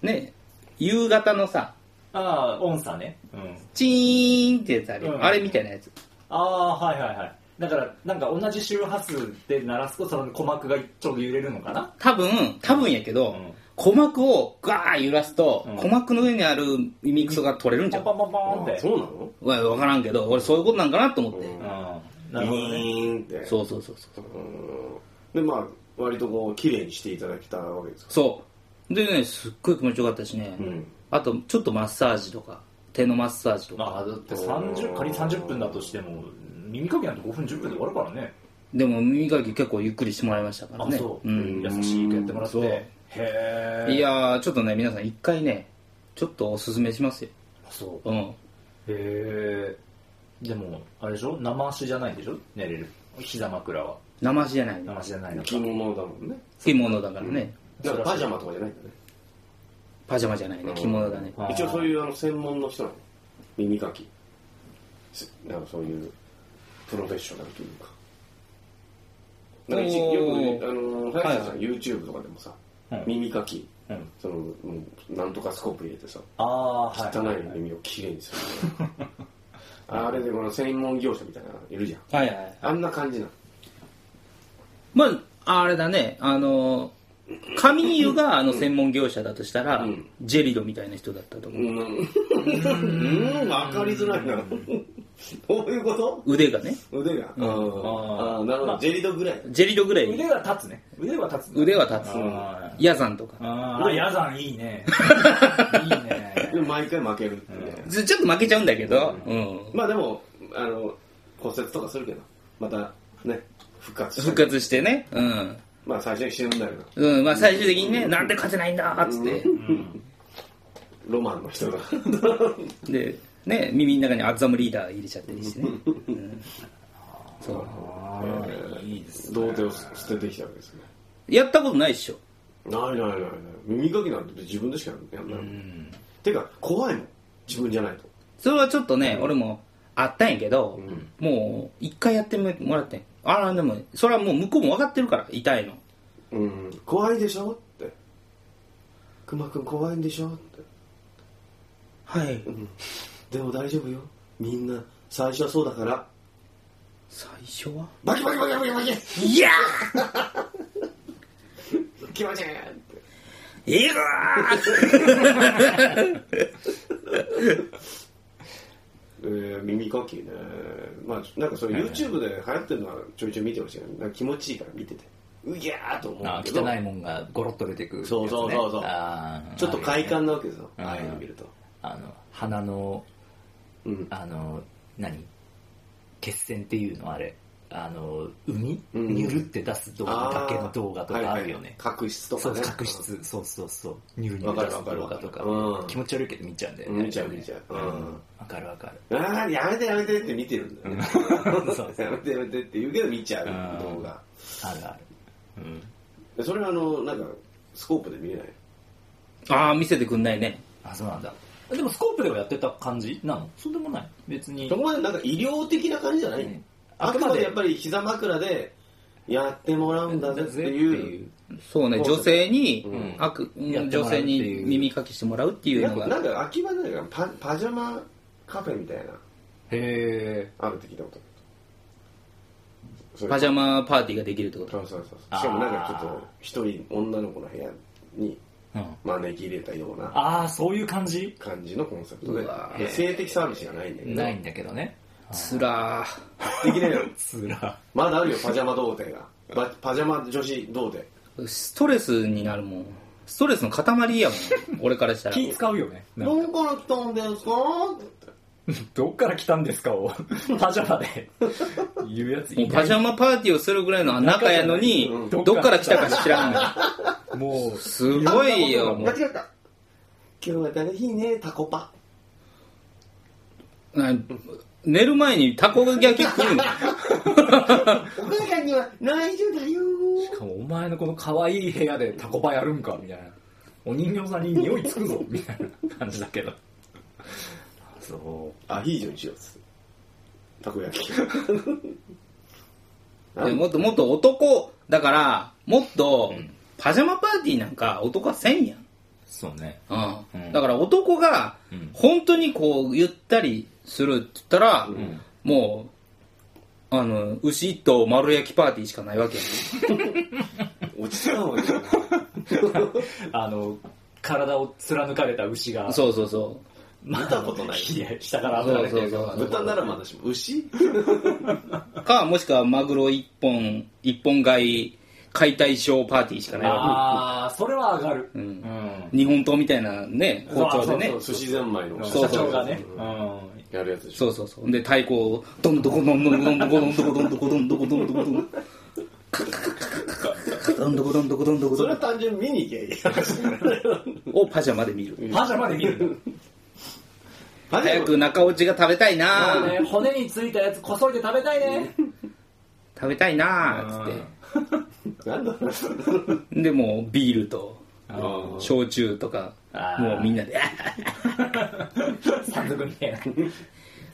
[SPEAKER 3] ね、夕方のさ、
[SPEAKER 4] ああ、音差ね。うん。
[SPEAKER 3] チーンってやつあるよ、
[SPEAKER 4] うん
[SPEAKER 3] あれみたいなやつ。
[SPEAKER 4] ああ、はいはいはい。だから、なんか同じ周波数で鳴らすと、その鼓膜がちょうど揺れるのかな
[SPEAKER 3] 多分、多分やけど、
[SPEAKER 4] うん
[SPEAKER 3] 鼓膜をガー揺らすと、
[SPEAKER 4] うん
[SPEAKER 3] 鼓膜の上にあるミクソが取れるんじ
[SPEAKER 4] パ
[SPEAKER 3] ゃ
[SPEAKER 4] ン
[SPEAKER 3] ん。
[SPEAKER 4] パンパンパンっ
[SPEAKER 2] あ
[SPEAKER 4] て。
[SPEAKER 2] そうなの
[SPEAKER 3] わわからんけど、俺そういうことなんかなと思って。
[SPEAKER 2] う
[SPEAKER 4] う
[SPEAKER 2] ん
[SPEAKER 4] ん。
[SPEAKER 2] ビ
[SPEAKER 4] なるほどね。
[SPEAKER 2] ーンって
[SPEAKER 3] そうそうそうそう。
[SPEAKER 2] うんでまあ割とこう綺麗にしていただけたわけですか
[SPEAKER 3] そう。でね、すっごい気持ちよかったしね。
[SPEAKER 2] ん
[SPEAKER 3] あと、ちょっとマッサージとか、手のマッサージとか。
[SPEAKER 4] まあ、だって30、仮に30分だとしても、耳かきなんて5分10分で終わるからね。
[SPEAKER 3] でも、耳かき結構ゆっくりしてもらいましたからね。
[SPEAKER 4] あそう
[SPEAKER 3] うん。
[SPEAKER 4] 優しくやってもらって。
[SPEAKER 3] そう
[SPEAKER 4] へえ。
[SPEAKER 3] い。やー、ちょっとね、皆さん一回ね、ちょっとおすすめしますよ。
[SPEAKER 4] そ
[SPEAKER 3] うん。
[SPEAKER 4] う。へえ。でも、あれでしょ生足じゃないでしょ寝れる。膝枕は。
[SPEAKER 3] 生足じゃないの。
[SPEAKER 4] 生足じゃないのか
[SPEAKER 2] 着。物だもんね
[SPEAKER 3] 着物だからね。
[SPEAKER 2] だからパジャマとかじゃないんだね
[SPEAKER 3] パジャマじゃないね。着物だね。
[SPEAKER 4] あー
[SPEAKER 2] 一応そういうあの専門の人なの耳かきすなんかそういうプロフェッショナルというかなんか一
[SPEAKER 3] おー
[SPEAKER 2] よく、あの林田さん、
[SPEAKER 3] はい
[SPEAKER 2] YouTube とかでもさ、
[SPEAKER 4] うん
[SPEAKER 2] 耳かき
[SPEAKER 4] うん。
[SPEAKER 2] そのもうなんとかスコープ入れてさ
[SPEAKER 4] ああ、はい。
[SPEAKER 2] 汚い耳をきれいにするあれでこの専門業者みたいなのいるじゃん
[SPEAKER 3] はいはい。
[SPEAKER 2] あんな感じなの
[SPEAKER 3] まあ、あれだね、あのー、髪湯があの専門業者だとしたら、
[SPEAKER 2] うん
[SPEAKER 3] ジェリドみたいな人だったと思う。
[SPEAKER 2] うん、うん、わかりづらいな。どういうこ
[SPEAKER 3] 腕がね、
[SPEAKER 2] と腕が。ああ、なるほど。ジェリドぐらい。
[SPEAKER 3] ジェリドぐらい、
[SPEAKER 4] 腕は立つね。腕は立つ。
[SPEAKER 3] 腕は立つ。
[SPEAKER 4] あ
[SPEAKER 3] ヤザンとか。
[SPEAKER 4] あー、ヤザンいいね。いいね。
[SPEAKER 2] でも毎回負けるってね。
[SPEAKER 3] ずちょっと負けちゃうんだけど、うん。
[SPEAKER 2] まあでも、あの、骨折とかするけど、またね、復活して
[SPEAKER 3] 復活してね、うん。
[SPEAKER 2] まあ最初に死ぬんだよな。
[SPEAKER 3] うん、まあ最終的にね、なんで勝てないんだっつって。
[SPEAKER 2] ロマンの人が。
[SPEAKER 3] で、ね、耳の中にアッザムリーダー入れちゃったりして ね。うんそう。
[SPEAKER 4] いいです。
[SPEAKER 2] 童貞を捨ててきたわけですね。
[SPEAKER 3] やったことないっしょ。
[SPEAKER 2] ないないないない。耳かきなんて自分でしかやんないもん。てか、怖いもん。自分じゃないと。
[SPEAKER 3] それはちょっとね、俺もあったんやけど、もう一回やってもらってん。あら、でも、それはもう向こうも分かってるから、痛いの。
[SPEAKER 2] うん、怖いでしょって。熊くん怖いんでしょって。
[SPEAKER 3] はい。
[SPEAKER 2] でも大丈夫よみんな最初はそうだから
[SPEAKER 3] 最初は
[SPEAKER 2] バキバキバキバキバキ
[SPEAKER 3] いや
[SPEAKER 2] 気持ちいい
[SPEAKER 3] ーいや
[SPEAKER 2] えー、耳かきねまあなんかそれ YouTube で流行ってるのはちょいちょい見てほしいななんか気持ちいいから見ててうぎゃーと思うん
[SPEAKER 1] あ
[SPEAKER 2] だけど
[SPEAKER 1] 汚いもんがゴロッと出てくるやつね、
[SPEAKER 2] そうそうそうそう
[SPEAKER 1] あー
[SPEAKER 2] ちょっと快感なわけですよ
[SPEAKER 1] うん
[SPEAKER 2] ああいうの見ると
[SPEAKER 1] あの鼻の
[SPEAKER 2] うん
[SPEAKER 1] あの何血栓っていうのあれあの海
[SPEAKER 2] うん
[SPEAKER 1] にゅるって出す動画だけの動画とかあるよね、
[SPEAKER 2] はいはい角質と
[SPEAKER 1] そ
[SPEAKER 2] か
[SPEAKER 1] う
[SPEAKER 2] ね
[SPEAKER 1] 角質そうそうそうニュルニュ
[SPEAKER 2] わ
[SPEAKER 1] ル出
[SPEAKER 2] かる
[SPEAKER 1] す
[SPEAKER 2] わかる
[SPEAKER 1] 動
[SPEAKER 2] わ
[SPEAKER 1] 画
[SPEAKER 2] かる
[SPEAKER 1] とか
[SPEAKER 2] うん
[SPEAKER 1] 気持ち悪いけど見ちゃうんだよね
[SPEAKER 2] 見ちゃう見ちゃううん
[SPEAKER 1] んわかるわかる
[SPEAKER 2] ああやめてやめてって見てるんだよね
[SPEAKER 1] そう
[SPEAKER 2] やめてやめてって言うけど見ちゃう動画
[SPEAKER 1] あるあるうん
[SPEAKER 2] でそれはあのなんかスコープで見れない
[SPEAKER 3] ああ、見せてくんないね。
[SPEAKER 1] あそうなんだでもスコープではやってた感じなのそうでもない別に
[SPEAKER 2] そこまでなんか医療的な感じじゃない、
[SPEAKER 1] うん
[SPEAKER 2] あくまでやっぱり膝枕でやってもらうんだぜっていう
[SPEAKER 3] そうね、女性に
[SPEAKER 2] うん、
[SPEAKER 3] 悪、うん
[SPEAKER 1] やっても
[SPEAKER 3] 女
[SPEAKER 1] らうって
[SPEAKER 3] 性に
[SPEAKER 1] いう
[SPEAKER 3] 耳かきしてもらうっていう
[SPEAKER 2] なん
[SPEAKER 3] の
[SPEAKER 2] か
[SPEAKER 3] が
[SPEAKER 2] な、んか秋葉原がパパジャマカフェみたいな
[SPEAKER 1] へ
[SPEAKER 2] あるって聞いたことあるそれ
[SPEAKER 3] パジャマパーティーができるってこと。
[SPEAKER 2] そうそうそうそうしかもなんかちょっと一人女の子の部屋に
[SPEAKER 3] うん
[SPEAKER 2] 招き入れたよう
[SPEAKER 1] ー
[SPEAKER 2] な
[SPEAKER 1] ああそういう感じ
[SPEAKER 2] 感じのコンセプト
[SPEAKER 3] うわ
[SPEAKER 2] で性的サービスじゃないんだけど
[SPEAKER 1] ないんだけどね
[SPEAKER 3] つらー。
[SPEAKER 2] できないよ
[SPEAKER 1] つら
[SPEAKER 2] まだあるよパジャマ童貞がパパジャマ女子童貞
[SPEAKER 3] ストレスになるもん。ストレスの塊やもん。俺からしたら。
[SPEAKER 1] 気使うよねなんか
[SPEAKER 2] どこから来たんですか
[SPEAKER 1] どっから来たんですか をパジャマで言うやつい
[SPEAKER 3] もうパジ
[SPEAKER 1] ャ
[SPEAKER 3] ャマパーティーをするぐらいの仲やのに
[SPEAKER 2] うん、
[SPEAKER 3] どっから来たか知らんのよ。
[SPEAKER 1] マもう
[SPEAKER 3] すごいよ、も
[SPEAKER 2] 間
[SPEAKER 3] う。
[SPEAKER 2] 違った今日は楽しいねタコパ
[SPEAKER 3] な寝る前にタコ焼き 食う
[SPEAKER 2] お
[SPEAKER 3] の
[SPEAKER 2] 母さんには内緒だよ
[SPEAKER 1] しかもお前のこの可愛い部屋でタコパやるんかみたいなお人形さんに匂いつ くぞみたいな感じだけどそ
[SPEAKER 2] アヒージョにしようっつってたこ焼き
[SPEAKER 3] でもっともっと男、だから、もっと、パジャマパーティーなんか男はせんやん。
[SPEAKER 1] うそうね
[SPEAKER 3] う
[SPEAKER 1] うん
[SPEAKER 3] ん、だから男が
[SPEAKER 1] うん
[SPEAKER 3] 本当にこうゆったりするって言ったら、もうあの牛一頭丸焼きパーティーしかないわけや
[SPEAKER 2] 落ちた方がいいよ
[SPEAKER 1] あの体を貫かれた牛が
[SPEAKER 3] んそうそうそ
[SPEAKER 1] ま
[SPEAKER 2] 見たことない
[SPEAKER 1] いや 下から
[SPEAKER 3] う
[SPEAKER 1] 炙ら
[SPEAKER 3] そう
[SPEAKER 1] れて
[SPEAKER 3] そう
[SPEAKER 1] る
[SPEAKER 3] そう
[SPEAKER 2] 豚ならまだしも牛
[SPEAKER 3] かもしくはマグロ一本一本買い解体ショーパーティーしかないわ
[SPEAKER 1] ああそれは上がる
[SPEAKER 3] うん
[SPEAKER 1] ん
[SPEAKER 3] け日本刀みたいなね包丁でね
[SPEAKER 1] そう
[SPEAKER 2] 寿司三昧の
[SPEAKER 1] 社長がね
[SPEAKER 2] うん
[SPEAKER 1] うん
[SPEAKER 2] やるやつでし
[SPEAKER 3] そ
[SPEAKER 2] ょ
[SPEAKER 3] うそうそうで太鼓をどんどこどんどこどんどこどんどこどんどこどんどこどんどこどんどこどんどこどんどこどんどこ
[SPEAKER 2] そ
[SPEAKER 3] ど
[SPEAKER 2] れは
[SPEAKER 3] んど
[SPEAKER 2] 単純に見に行けばいい話だから
[SPEAKER 3] こをパジャマで見る
[SPEAKER 1] パジャマで見るんだ
[SPEAKER 3] 早く中落ちが食べたいな
[SPEAKER 1] そうね骨についたやつこそいで食べたいね
[SPEAKER 3] 食べたいなーっつっ
[SPEAKER 2] なんだろう
[SPEAKER 3] てでもうビールと
[SPEAKER 2] あー
[SPEAKER 3] 焼酎とか
[SPEAKER 1] あー
[SPEAKER 3] もうみんなで
[SPEAKER 1] 山賊みたいな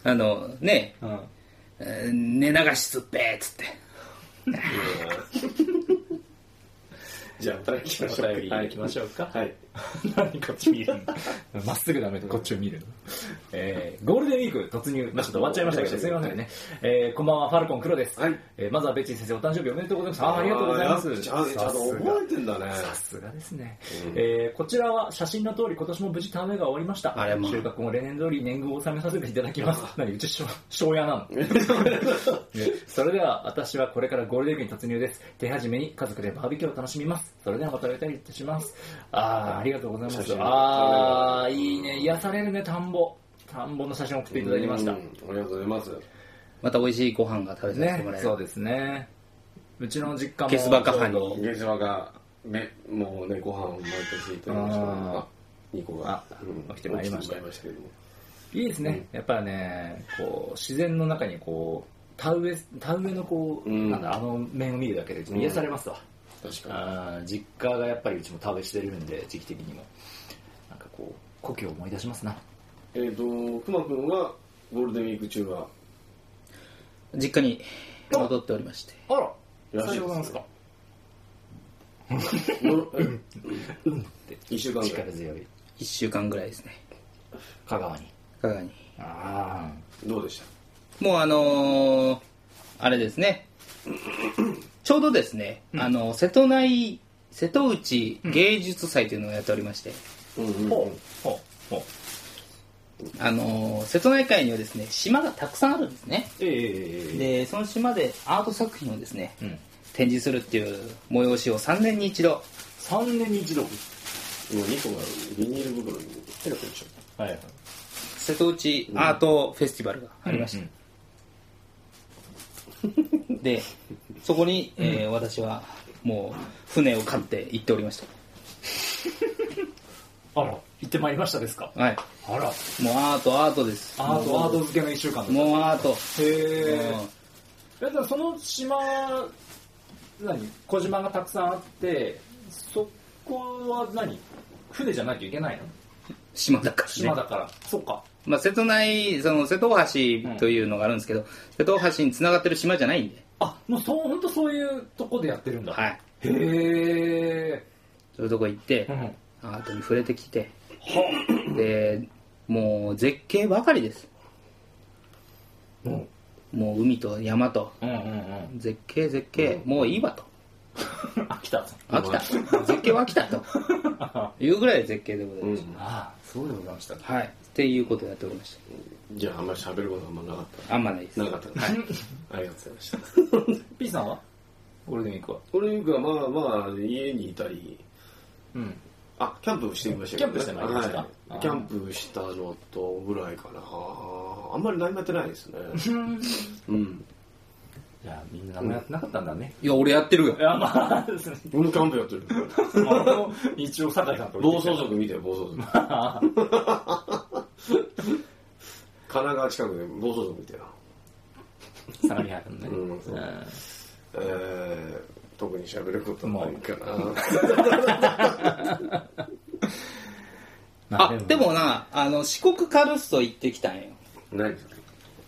[SPEAKER 3] あのね
[SPEAKER 1] うん
[SPEAKER 3] えー寝流しすっぺーっつって
[SPEAKER 2] じゃあお便り行きましょう
[SPEAKER 1] お便り行きましょうか
[SPEAKER 2] はい
[SPEAKER 1] 何こっち見るのまっすぐダメでこっちを見るの、えーゴールデンウィーク突入、まあ、ちょっと終わっちゃいましたけどすみませんね、えーこんばんはファルコン黒です、
[SPEAKER 2] はい
[SPEAKER 1] えーまずはベッチー先生お誕生日おめでとうございますあーありがとうございます
[SPEAKER 2] ちゃんちゃんと覚えてんだね
[SPEAKER 1] さすがですね、えーこちらは写真の通り今年も無事田植えが終わりました
[SPEAKER 3] あれまあ
[SPEAKER 1] 収穫も例年通り年貢を納めさせていただきます何うちしょ庄屋なのねそれでは私はこれからゴールデンウィークに突入です手始めに家族でバーベキューを楽しみますそれではまたお便りいたしますあーありがとうございま
[SPEAKER 2] 写
[SPEAKER 1] す
[SPEAKER 2] 真
[SPEAKER 1] あーいいね癒されるね田んぼ田んぼの写真を送っていただきました
[SPEAKER 2] うんありがとうございます
[SPEAKER 3] また美味しいご飯が食べさせて
[SPEAKER 1] ね
[SPEAKER 3] もらえ
[SPEAKER 1] そう
[SPEAKER 3] る
[SPEAKER 1] ですねうちの実家も
[SPEAKER 3] ケスバカハニ
[SPEAKER 1] ちょうど
[SPEAKER 2] ゲジマがめもうねご飯を毎年いただきました
[SPEAKER 1] あー
[SPEAKER 2] あニコが
[SPEAKER 1] あ
[SPEAKER 2] う
[SPEAKER 1] 起
[SPEAKER 2] ん
[SPEAKER 1] きてまいりました
[SPEAKER 2] 起きてましたけども
[SPEAKER 1] いいですね、やっぱねこう自然の中にこう田植え田植えのこう、
[SPEAKER 2] うん
[SPEAKER 1] なんだあの面を見るだけでちょっと癒されますわ、
[SPEAKER 2] 確か
[SPEAKER 1] あー実家がやっぱりうちも田植えしてるんで時期的にもなんかこう故郷を思い出しますな
[SPEAKER 2] にえっとくまくんはゴールデンウィーク中は
[SPEAKER 3] 実家に戻っておりまして
[SPEAKER 1] あら
[SPEAKER 2] らし
[SPEAKER 1] さ
[SPEAKER 2] いですね
[SPEAKER 1] ようなんですか
[SPEAKER 2] 一週間ぐら
[SPEAKER 1] 力
[SPEAKER 2] い
[SPEAKER 1] 強い
[SPEAKER 3] 1週間ぐらいですね
[SPEAKER 1] 香川に
[SPEAKER 3] 加賀に
[SPEAKER 1] あ
[SPEAKER 2] どうでした
[SPEAKER 3] もうあのーあれで すねちょうどですね、あの瀬戸内瀬戸内芸術祭というのをやっておりまして、
[SPEAKER 2] うんうん
[SPEAKER 1] あ
[SPEAKER 2] う
[SPEAKER 1] ほう
[SPEAKER 2] ん
[SPEAKER 1] ほうほう
[SPEAKER 3] あのー瀬戸内海にはですね島がたくさんあるんですね
[SPEAKER 1] えええええ
[SPEAKER 3] でその島でアート作品をですね
[SPEAKER 1] えうん
[SPEAKER 3] 展示するっていう催しを3年に一度
[SPEAKER 1] 3年に一度
[SPEAKER 2] もう2個がビニール袋にペロペロしちゃっ
[SPEAKER 1] はい
[SPEAKER 3] 瀬戸内アートフェスティバルがありました、
[SPEAKER 1] うん
[SPEAKER 3] でそこに、えー私はもう船を買って行っておりまし
[SPEAKER 1] あら行ってまいりましたですか
[SPEAKER 3] たはい
[SPEAKER 1] あら
[SPEAKER 3] もうアートアートです
[SPEAKER 1] アートアート漬けの1週間だ
[SPEAKER 3] もうアート、
[SPEAKER 1] へえ
[SPEAKER 3] うん
[SPEAKER 1] だからその島何小島がたくさんあってそこは何船じゃないといけないの
[SPEAKER 3] 島だからね
[SPEAKER 1] 島だから、そっか
[SPEAKER 3] まあ、瀬戸内その瀬戸大橋というのがあるんですけど、瀬戸大橋につながってる島じゃないんで
[SPEAKER 1] あ、もうそう、本当そういうとこでやってるんだ。
[SPEAKER 3] はい。
[SPEAKER 1] へえ。
[SPEAKER 3] そういうとこ行って
[SPEAKER 1] う、ん。
[SPEAKER 3] アートに触れてきて、で、もう絶景ばかりです。
[SPEAKER 1] うん。
[SPEAKER 3] もう海と山と、
[SPEAKER 1] うんうんうん。
[SPEAKER 3] 絶景絶景、もういいわと。
[SPEAKER 1] 飽きたぞ。
[SPEAKER 3] 飽きた。絶景は飽きたと。 いうぐらい絶景でございました。
[SPEAKER 1] ああ、そうでございました。
[SPEAKER 3] はい。っていうことをやっておりまし。
[SPEAKER 2] じゃああんまり喋ることあんまなかった
[SPEAKER 3] あんまないです
[SPEAKER 2] た。なかったです、ありがとうございました
[SPEAKER 1] P さんはゴールデンウィークは。
[SPEAKER 2] ゴールデンウィークはまあまあ家にいたり
[SPEAKER 1] うん。
[SPEAKER 2] あキャンプしてみましたけど、
[SPEAKER 1] キャンプしてまいりました
[SPEAKER 2] はい、キャンプしたのとぐらいかなあんまり何もやってな いですねうん
[SPEAKER 1] じゃあ、みんな何もやってなかったんだね。
[SPEAKER 3] いや、俺やってるよ
[SPEAKER 1] い。や、まあ、ですね。
[SPEAKER 2] 俺もキャンプ やってる
[SPEAKER 1] まあもう 一応、酒井さんと
[SPEAKER 2] 暴走族見てよ暴走 族神奈川近くで暴走族見てよ、
[SPEAKER 1] 相模原のね。
[SPEAKER 2] うんえー、特に喋ることないかな、
[SPEAKER 1] ま
[SPEAKER 3] あ、で、もな、あの、四国カルスト行ってきたんよ。
[SPEAKER 2] 何それ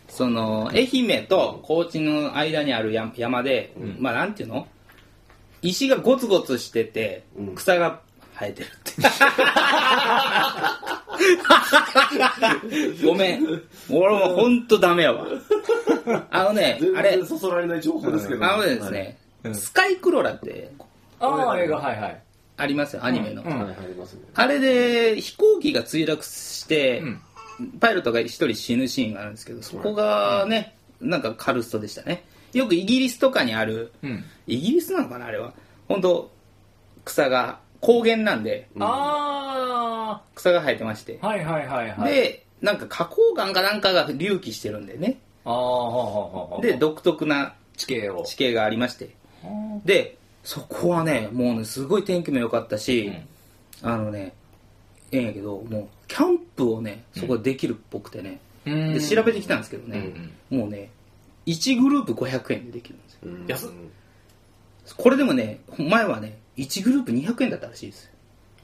[SPEAKER 3] その、愛媛と高知の間にある山山で、
[SPEAKER 1] ん
[SPEAKER 3] まあなんていうの石がゴツゴツしてて
[SPEAKER 2] う、ん
[SPEAKER 3] 草が生えてるって。ごめん。俺もほんとダメやわ。あのね、あ
[SPEAKER 2] 全
[SPEAKER 3] れ
[SPEAKER 2] 然、そそられない情報ですけど、
[SPEAKER 3] あのですね、スカイクロラって
[SPEAKER 1] ああ、映画、はいはい。
[SPEAKER 3] ありますよ、アニメの。
[SPEAKER 1] うん
[SPEAKER 2] はい、ありますね
[SPEAKER 3] あれで飛行機が墜落して、
[SPEAKER 1] うん
[SPEAKER 3] パイロットが一人死ぬシーンがあるんですけどそこがね、なんかカルストでしたねよくイギリスとかにある、
[SPEAKER 1] うん。
[SPEAKER 3] イギリスなのかなあれは本当草が高原なんで
[SPEAKER 1] あ
[SPEAKER 3] 草が生えてまして
[SPEAKER 1] あ、、はいはいはいはい。、
[SPEAKER 3] でなんか花崗岩かなんかが隆起してるんでね
[SPEAKER 1] ああ、ほうほうほうほう
[SPEAKER 3] で、独特な
[SPEAKER 1] 地形を。
[SPEAKER 3] 地形がありましてでそこはねもうねすごい天気も良かったし、あのねええんやけどもうキャンプをねそこでできるっぽくてね、
[SPEAKER 1] うん
[SPEAKER 3] で調べてきたんですけどね、もうね1グループ500円でできるんですよ
[SPEAKER 2] うん
[SPEAKER 1] 安っ
[SPEAKER 3] これでもね前はね1グループ200円だったらしいですよ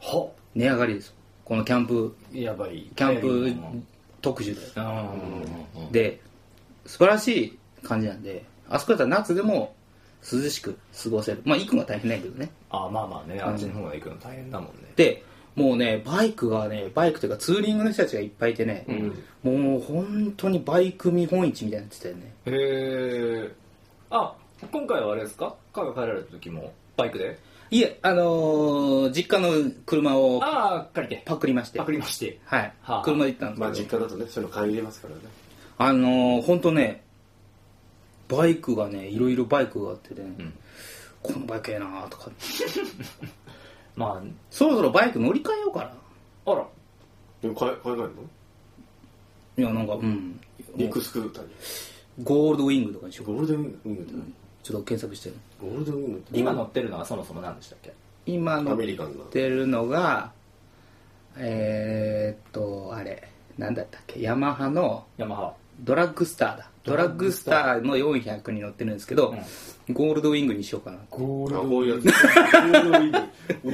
[SPEAKER 1] ほ
[SPEAKER 3] 値上がりですよこのキャンプ
[SPEAKER 1] やばい。
[SPEAKER 3] キャン
[SPEAKER 1] う
[SPEAKER 3] プ
[SPEAKER 1] ん
[SPEAKER 3] 特需で、
[SPEAKER 1] うん
[SPEAKER 3] で素晴らしい感じなんであそこだったら夏でも涼しく過ごせるまあ行くのは大変ないけどね
[SPEAKER 1] あまあまあね、あっちの方が行くの大変だもんね。
[SPEAKER 3] でもうねバイクがねバイクというかツーリングの人たちがいっぱいいてね、もう本当にバイク見本市みたいになってたよね
[SPEAKER 1] へえ。あ、今回はあれですかカーが帰られた時も、バイクで
[SPEAKER 3] いえあのー実家の車を
[SPEAKER 1] ああ、借りて。
[SPEAKER 3] パクりまして
[SPEAKER 1] パクりまして。
[SPEAKER 3] はい、
[SPEAKER 1] はあ
[SPEAKER 3] 車で行ったん
[SPEAKER 2] まあ
[SPEAKER 3] ですけ
[SPEAKER 2] 実
[SPEAKER 3] ど、
[SPEAKER 2] 家だとねそういうの感じれますからね
[SPEAKER 3] あ、のー本当ねバイクがねいろいろバイクがあってね、
[SPEAKER 1] ん
[SPEAKER 3] このバイクええなとか
[SPEAKER 1] ま
[SPEAKER 3] そろそろバイク乗り換えようかな
[SPEAKER 1] あ、あら。
[SPEAKER 2] でも買え買えないの
[SPEAKER 3] いやなんかうん
[SPEAKER 2] ビッグスクーターに
[SPEAKER 3] ゴールドウィングとかにしようか
[SPEAKER 2] ゴールデンウィークって何
[SPEAKER 3] ちょっと検索してる
[SPEAKER 2] ゴールデンウィークって
[SPEAKER 1] 今乗ってるのはそもそも何でしたっけ
[SPEAKER 3] 今の
[SPEAKER 2] アメリカンな
[SPEAKER 3] ってるのがえー、っとあれなんだったっけヤマハの
[SPEAKER 1] ヤマハ。
[SPEAKER 3] ドラッグスターだドラッグスターの400に乗ってるんですけど、ゴールドウィングにしようかな
[SPEAKER 1] ゴ
[SPEAKER 2] あこういうやつゴールデンウィー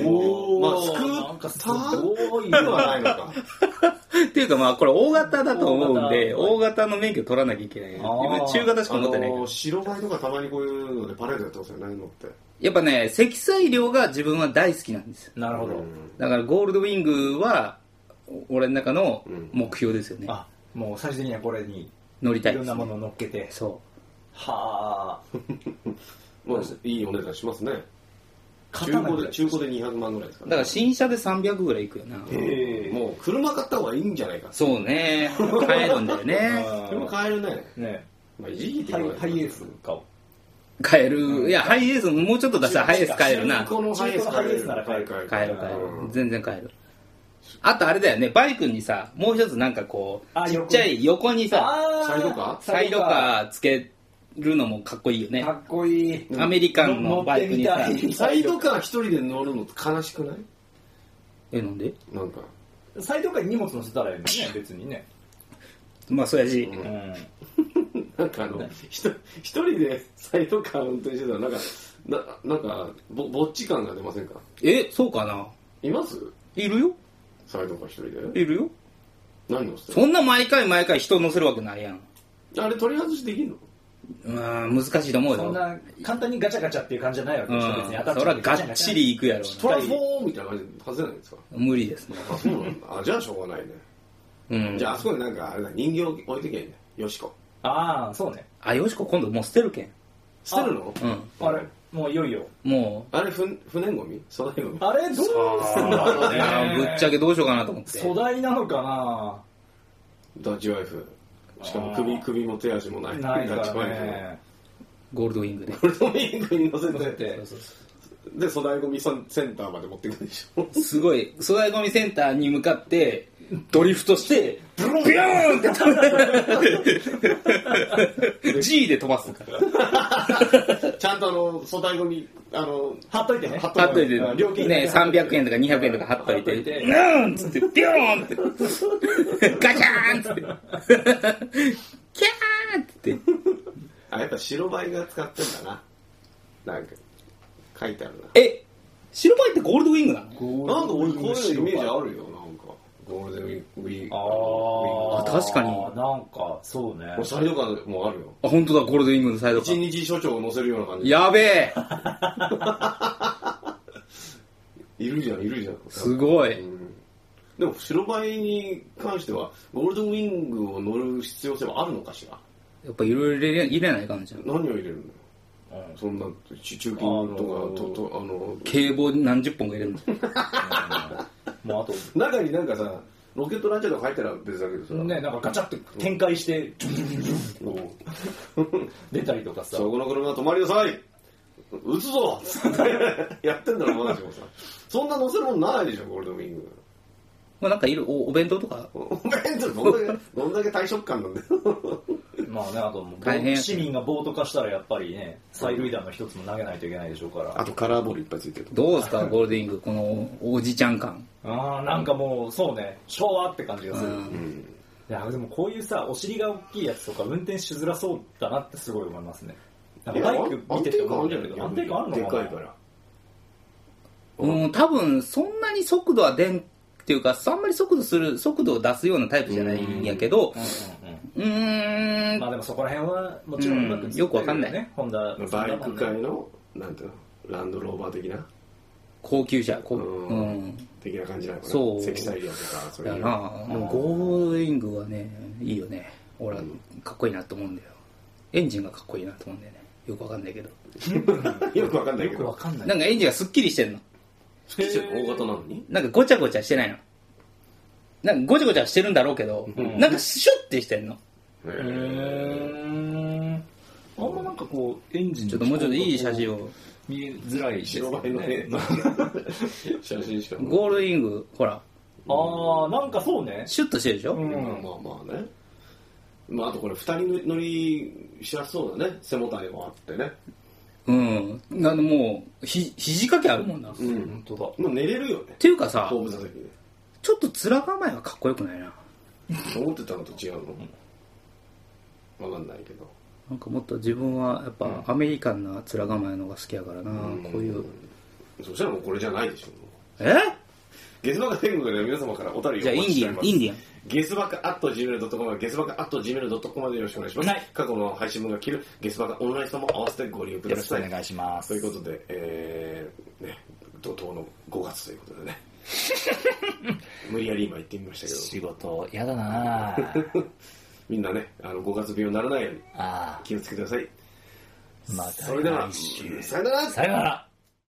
[SPEAKER 2] クお
[SPEAKER 1] まあ、
[SPEAKER 2] ー
[SPEAKER 1] なん
[SPEAKER 2] まあ
[SPEAKER 1] か
[SPEAKER 2] ス
[SPEAKER 1] す
[SPEAKER 2] クー
[SPEAKER 1] ごい
[SPEAKER 2] ターではないのか
[SPEAKER 3] っていうかまあこれ大型だと思うんで
[SPEAKER 1] 大型
[SPEAKER 3] 大型の免許取らなきゃいけな
[SPEAKER 1] あ
[SPEAKER 3] い
[SPEAKER 1] ー
[SPEAKER 3] 今中型しか
[SPEAKER 2] あ
[SPEAKER 3] 持ってないから、
[SPEAKER 2] の白バイとかたまにこういうのでパレードやってますよね乗って
[SPEAKER 3] やっぱね積載量が自分は大好きなんですよ
[SPEAKER 1] なるほ
[SPEAKER 2] う
[SPEAKER 1] ど。
[SPEAKER 2] ん
[SPEAKER 3] だからゴールドウィングはお俺の中の目標ですよね、
[SPEAKER 1] あ、もう最終的にはこれに、
[SPEAKER 3] 乗り
[SPEAKER 1] い
[SPEAKER 3] たい
[SPEAKER 1] ろ
[SPEAKER 3] で
[SPEAKER 1] ん
[SPEAKER 3] す、
[SPEAKER 1] なも
[SPEAKER 3] ね、
[SPEAKER 1] のを乗っけて。
[SPEAKER 3] そ
[SPEAKER 1] はあ。
[SPEAKER 2] まあいいお値段しますね中
[SPEAKER 1] 刀
[SPEAKER 2] 古
[SPEAKER 1] ぐら
[SPEAKER 2] で
[SPEAKER 1] い
[SPEAKER 2] 中古で200万ぐらいですか
[SPEAKER 3] う
[SPEAKER 2] ら
[SPEAKER 3] だから新車で300ぐらいいくよな
[SPEAKER 1] へえ。
[SPEAKER 2] もう車買った方がいいんじゃないか
[SPEAKER 3] そう ね買えるんだよね
[SPEAKER 1] あー
[SPEAKER 2] 車買えるね
[SPEAKER 1] ね
[SPEAKER 2] まあ一時期
[SPEAKER 1] ハイハイエース買おう。
[SPEAKER 3] 買えるいやハイエースもうちょっと出したらハイエース買えるな
[SPEAKER 2] このハイエース買
[SPEAKER 1] 中古のハイエ
[SPEAKER 2] える
[SPEAKER 1] ースなら買える
[SPEAKER 3] 買える買える
[SPEAKER 2] うん
[SPEAKER 3] 全然買えるあとあれだよねバイクにさもう一つなんかこ
[SPEAKER 1] あ
[SPEAKER 3] うちっちゃい横にさ
[SPEAKER 1] あ
[SPEAKER 2] サイドカ
[SPEAKER 3] サイドカーつけるのもかっこいいよね
[SPEAKER 1] かっこいい。
[SPEAKER 3] アメリカンのバイクにさ
[SPEAKER 1] 乗ってみたい
[SPEAKER 2] サイドカー一人で乗るのって悲しくない
[SPEAKER 3] えなんで
[SPEAKER 2] なんか
[SPEAKER 1] サイドカーに荷物乗せたらいいもんね、別にね。
[SPEAKER 3] まあそうやし
[SPEAKER 1] うん。
[SPEAKER 2] なんかあのひと一人でサイドカー運転してたらなんかななんかぼぼっち感が出ませんか
[SPEAKER 3] えそうかない
[SPEAKER 2] ます
[SPEAKER 3] いるよ
[SPEAKER 2] サイドカー一人で
[SPEAKER 3] いるよ
[SPEAKER 2] 何をして
[SPEAKER 3] そんな毎回毎回人乗せるわけないやん
[SPEAKER 2] るあれ取り外しできるの
[SPEAKER 3] うん難しいと思うよ
[SPEAKER 1] そんな簡単にガチャガチャっていう感じじゃないわけ
[SPEAKER 3] う
[SPEAKER 1] で
[SPEAKER 3] ん、
[SPEAKER 1] し
[SPEAKER 3] そ
[SPEAKER 1] ょ、別に当たっちゃう
[SPEAKER 3] れはがっちりいくやろう
[SPEAKER 2] トランスフォーみたいな感じで外せないんですか
[SPEAKER 3] な無理ですね、
[SPEAKER 2] あそうなんだあじゃあしょうがないね
[SPEAKER 3] うん、
[SPEAKER 2] じゃああそこになんかあれだ人形置いてけんねよしこ
[SPEAKER 1] ああそうね
[SPEAKER 3] あよしこ今度もう捨てるけん、
[SPEAKER 2] 捨てるの
[SPEAKER 3] うん、
[SPEAKER 1] あれもういよいよ
[SPEAKER 3] も
[SPEAKER 2] あれふん不燃ゴミ粗大ゴミ
[SPEAKER 1] あれどうすんだろう
[SPEAKER 3] うい
[SPEAKER 1] ね
[SPEAKER 3] やーぶっちゃけどうしようかなと思って
[SPEAKER 1] 粗大なのかな
[SPEAKER 2] ダッチワイフしかも首
[SPEAKER 1] あー
[SPEAKER 2] 首も手足もない
[SPEAKER 1] ないか
[SPEAKER 2] ダッチワ
[SPEAKER 1] ら
[SPEAKER 2] イ
[SPEAKER 1] ね
[SPEAKER 3] ゴールドウィングで
[SPEAKER 2] フこれをメイクに乗せ
[SPEAKER 1] 乗せ
[SPEAKER 2] て
[SPEAKER 1] て
[SPEAKER 3] そうそう
[SPEAKER 2] で粗大ゴミセンセンターまで持ってくるでしょ
[SPEAKER 3] すごい粗大ゴミセンターに向かってドリフトしてビューンって飛ぶ G で飛ばすから
[SPEAKER 2] ちゃんとあの粗大ゴミあの
[SPEAKER 1] 貼っといてね
[SPEAKER 2] 貼っ
[SPEAKER 3] 貼っとい
[SPEAKER 1] あ料
[SPEAKER 3] て
[SPEAKER 1] 金
[SPEAKER 3] ね300円とか200円とか貼っとい
[SPEAKER 1] 貼っ
[SPEAKER 3] て
[SPEAKER 1] といて
[SPEAKER 3] うーんっつってビューンってガチャーンっつってキャーンっつって
[SPEAKER 2] あやっぱ白バイが使ってんだななんか書いてあるな
[SPEAKER 3] え白バイってゴールドウィングなの
[SPEAKER 2] なんか俺こういうイメージあるよなんかゴールデンウィークウィーク
[SPEAKER 1] あ
[SPEAKER 3] あ確かに
[SPEAKER 1] なんかそうね
[SPEAKER 2] おしゃれとかもあるよ
[SPEAKER 3] あ本当だゴールドウィングのサイドカ
[SPEAKER 2] 一
[SPEAKER 3] ー
[SPEAKER 2] 日所長を乗せるような感じ
[SPEAKER 3] やべえ
[SPEAKER 2] いるじゃんいるじゃん
[SPEAKER 3] すご
[SPEAKER 2] う
[SPEAKER 3] い
[SPEAKER 2] んでも白バイに関してはゴールドウィングを乗る必要性はあるのかしら
[SPEAKER 3] やっぱいろいろ入れ入れないかんじゃん
[SPEAKER 2] 何を入れるの
[SPEAKER 1] うん
[SPEAKER 2] そんな中金と
[SPEAKER 1] あ
[SPEAKER 2] か、
[SPEAKER 1] のー
[SPEAKER 2] ととあの
[SPEAKER 3] 警棒何十本が入れるの
[SPEAKER 1] もうあと
[SPEAKER 2] 中になんかさロケットランチャーとか入ったら別だけどさ、
[SPEAKER 1] ね、なんかガチャッと展開して、
[SPEAKER 2] おう
[SPEAKER 1] 出たりとかさ。
[SPEAKER 2] そこの車止まりなさい撃つぞ つってやってんだろ私もさそんな乗せるもんないでしょゴールドウィン グ
[SPEAKER 3] まあなんかいるおお弁当とか
[SPEAKER 2] おお前んちょどんだけどんだけ大食感なんだよ
[SPEAKER 1] まあね、あともう
[SPEAKER 3] 大変
[SPEAKER 1] 市民が暴徒化したらやっぱりね、催涙弾の一つも投げないといけないでしょうから。
[SPEAKER 2] とカラーボールいっぱいついてる
[SPEAKER 3] どうですかゴールデンウィングこのおじちゃん感
[SPEAKER 1] ああ、なんかもう、そうね、昭和って感じがする。
[SPEAKER 3] うん
[SPEAKER 2] うん
[SPEAKER 1] いや、でもこういうさ、お尻が大きいやつとか運転しづらそうだなってすごい思いますね。なんかバイク見てて思うんだけど、安定感あるのかな
[SPEAKER 2] でかいから
[SPEAKER 3] うん多分そんなに速度は出んっていうかあんまり速度する速度を出すようなタイプじゃないんやけど
[SPEAKER 1] うんうん
[SPEAKER 3] うー
[SPEAKER 1] うんん。まあでもそこら辺は、もちろんうまく作ってるね、
[SPEAKER 3] うんよくわかんない
[SPEAKER 1] ホンダ。
[SPEAKER 2] バイク界のなんていうのランドローバー的な
[SPEAKER 3] 高級車こ
[SPEAKER 2] う
[SPEAKER 3] うんん
[SPEAKER 2] 的な感じなのかな
[SPEAKER 3] そう
[SPEAKER 2] 積載量とかそうい
[SPEAKER 3] や
[SPEAKER 2] う
[SPEAKER 3] なでもゴールドウィングはねいいよね俺はかっこいいなと思うんだよエンジンがかっこいいなと思うんだよねよくわかんないけど
[SPEAKER 2] よくわかんない
[SPEAKER 1] よ
[SPEAKER 2] け
[SPEAKER 1] くわ
[SPEAKER 2] ど
[SPEAKER 1] かんない。
[SPEAKER 3] なんかエンジンがすっきりしてんの
[SPEAKER 2] スキー車の大型なのに
[SPEAKER 3] なんかごちゃごちゃしてないのなんかごちゃごちゃしてるんだろうけど、
[SPEAKER 1] うん
[SPEAKER 3] なんかシュッてしてんの
[SPEAKER 2] へ
[SPEAKER 1] うーんあんまなんかこう、エンジン
[SPEAKER 3] ちょっともうちょっといい写真を
[SPEAKER 5] 見えづらいです
[SPEAKER 2] 白
[SPEAKER 5] よ
[SPEAKER 2] バイのね
[SPEAKER 5] ね。
[SPEAKER 2] 写真しかも
[SPEAKER 3] ゴールドウィングほら
[SPEAKER 1] あー、なんかそうね。
[SPEAKER 3] シュッとしてるでしょ、
[SPEAKER 1] うん。
[SPEAKER 2] まあまあねまああとこれ二人乗りしやすそうだね背もたれもあってね
[SPEAKER 3] うん。なんでもう、ひ、肘掛けあるもんな。っ
[SPEAKER 2] うん
[SPEAKER 1] 当だ。
[SPEAKER 2] もう寝れるよね
[SPEAKER 3] ていうかさ
[SPEAKER 2] 後、部座席で
[SPEAKER 3] ちょっと面構えはかっこよくないな。
[SPEAKER 2] 思ってたのと違うのわかんないけど
[SPEAKER 3] なんかもっと自分はやっぱアメリカンな面構えのが好きやからな、こういう。
[SPEAKER 2] そしたらもうこれじゃないでしょ
[SPEAKER 3] え
[SPEAKER 2] ゲスバカ天国では皆様からおたりを
[SPEAKER 3] じゃあインディアン、インディアン。
[SPEAKER 2] ゲスバカアット Gmail.com ゲスバカアット Gmail.com までよろしくお願いします。過去の配信分が切るゲスバカオンラインさんも合わせてご利用く
[SPEAKER 5] よ
[SPEAKER 2] だ
[SPEAKER 5] ろしく
[SPEAKER 2] さ
[SPEAKER 5] お
[SPEAKER 2] い。
[SPEAKER 5] 願いしま
[SPEAKER 2] と
[SPEAKER 5] す
[SPEAKER 2] いう。ことで、えー、ね、怒涛の5月ということでね。無理やり今言ってみましたけど、
[SPEAKER 5] 仕事、やだな ぁ
[SPEAKER 2] みんなね、あの5月病にならないように
[SPEAKER 5] あ
[SPEAKER 2] 気をつけてください。
[SPEAKER 5] あ、ま
[SPEAKER 2] そ
[SPEAKER 5] た
[SPEAKER 2] れでは、
[SPEAKER 5] 来週。
[SPEAKER 2] さよなら
[SPEAKER 5] さよなら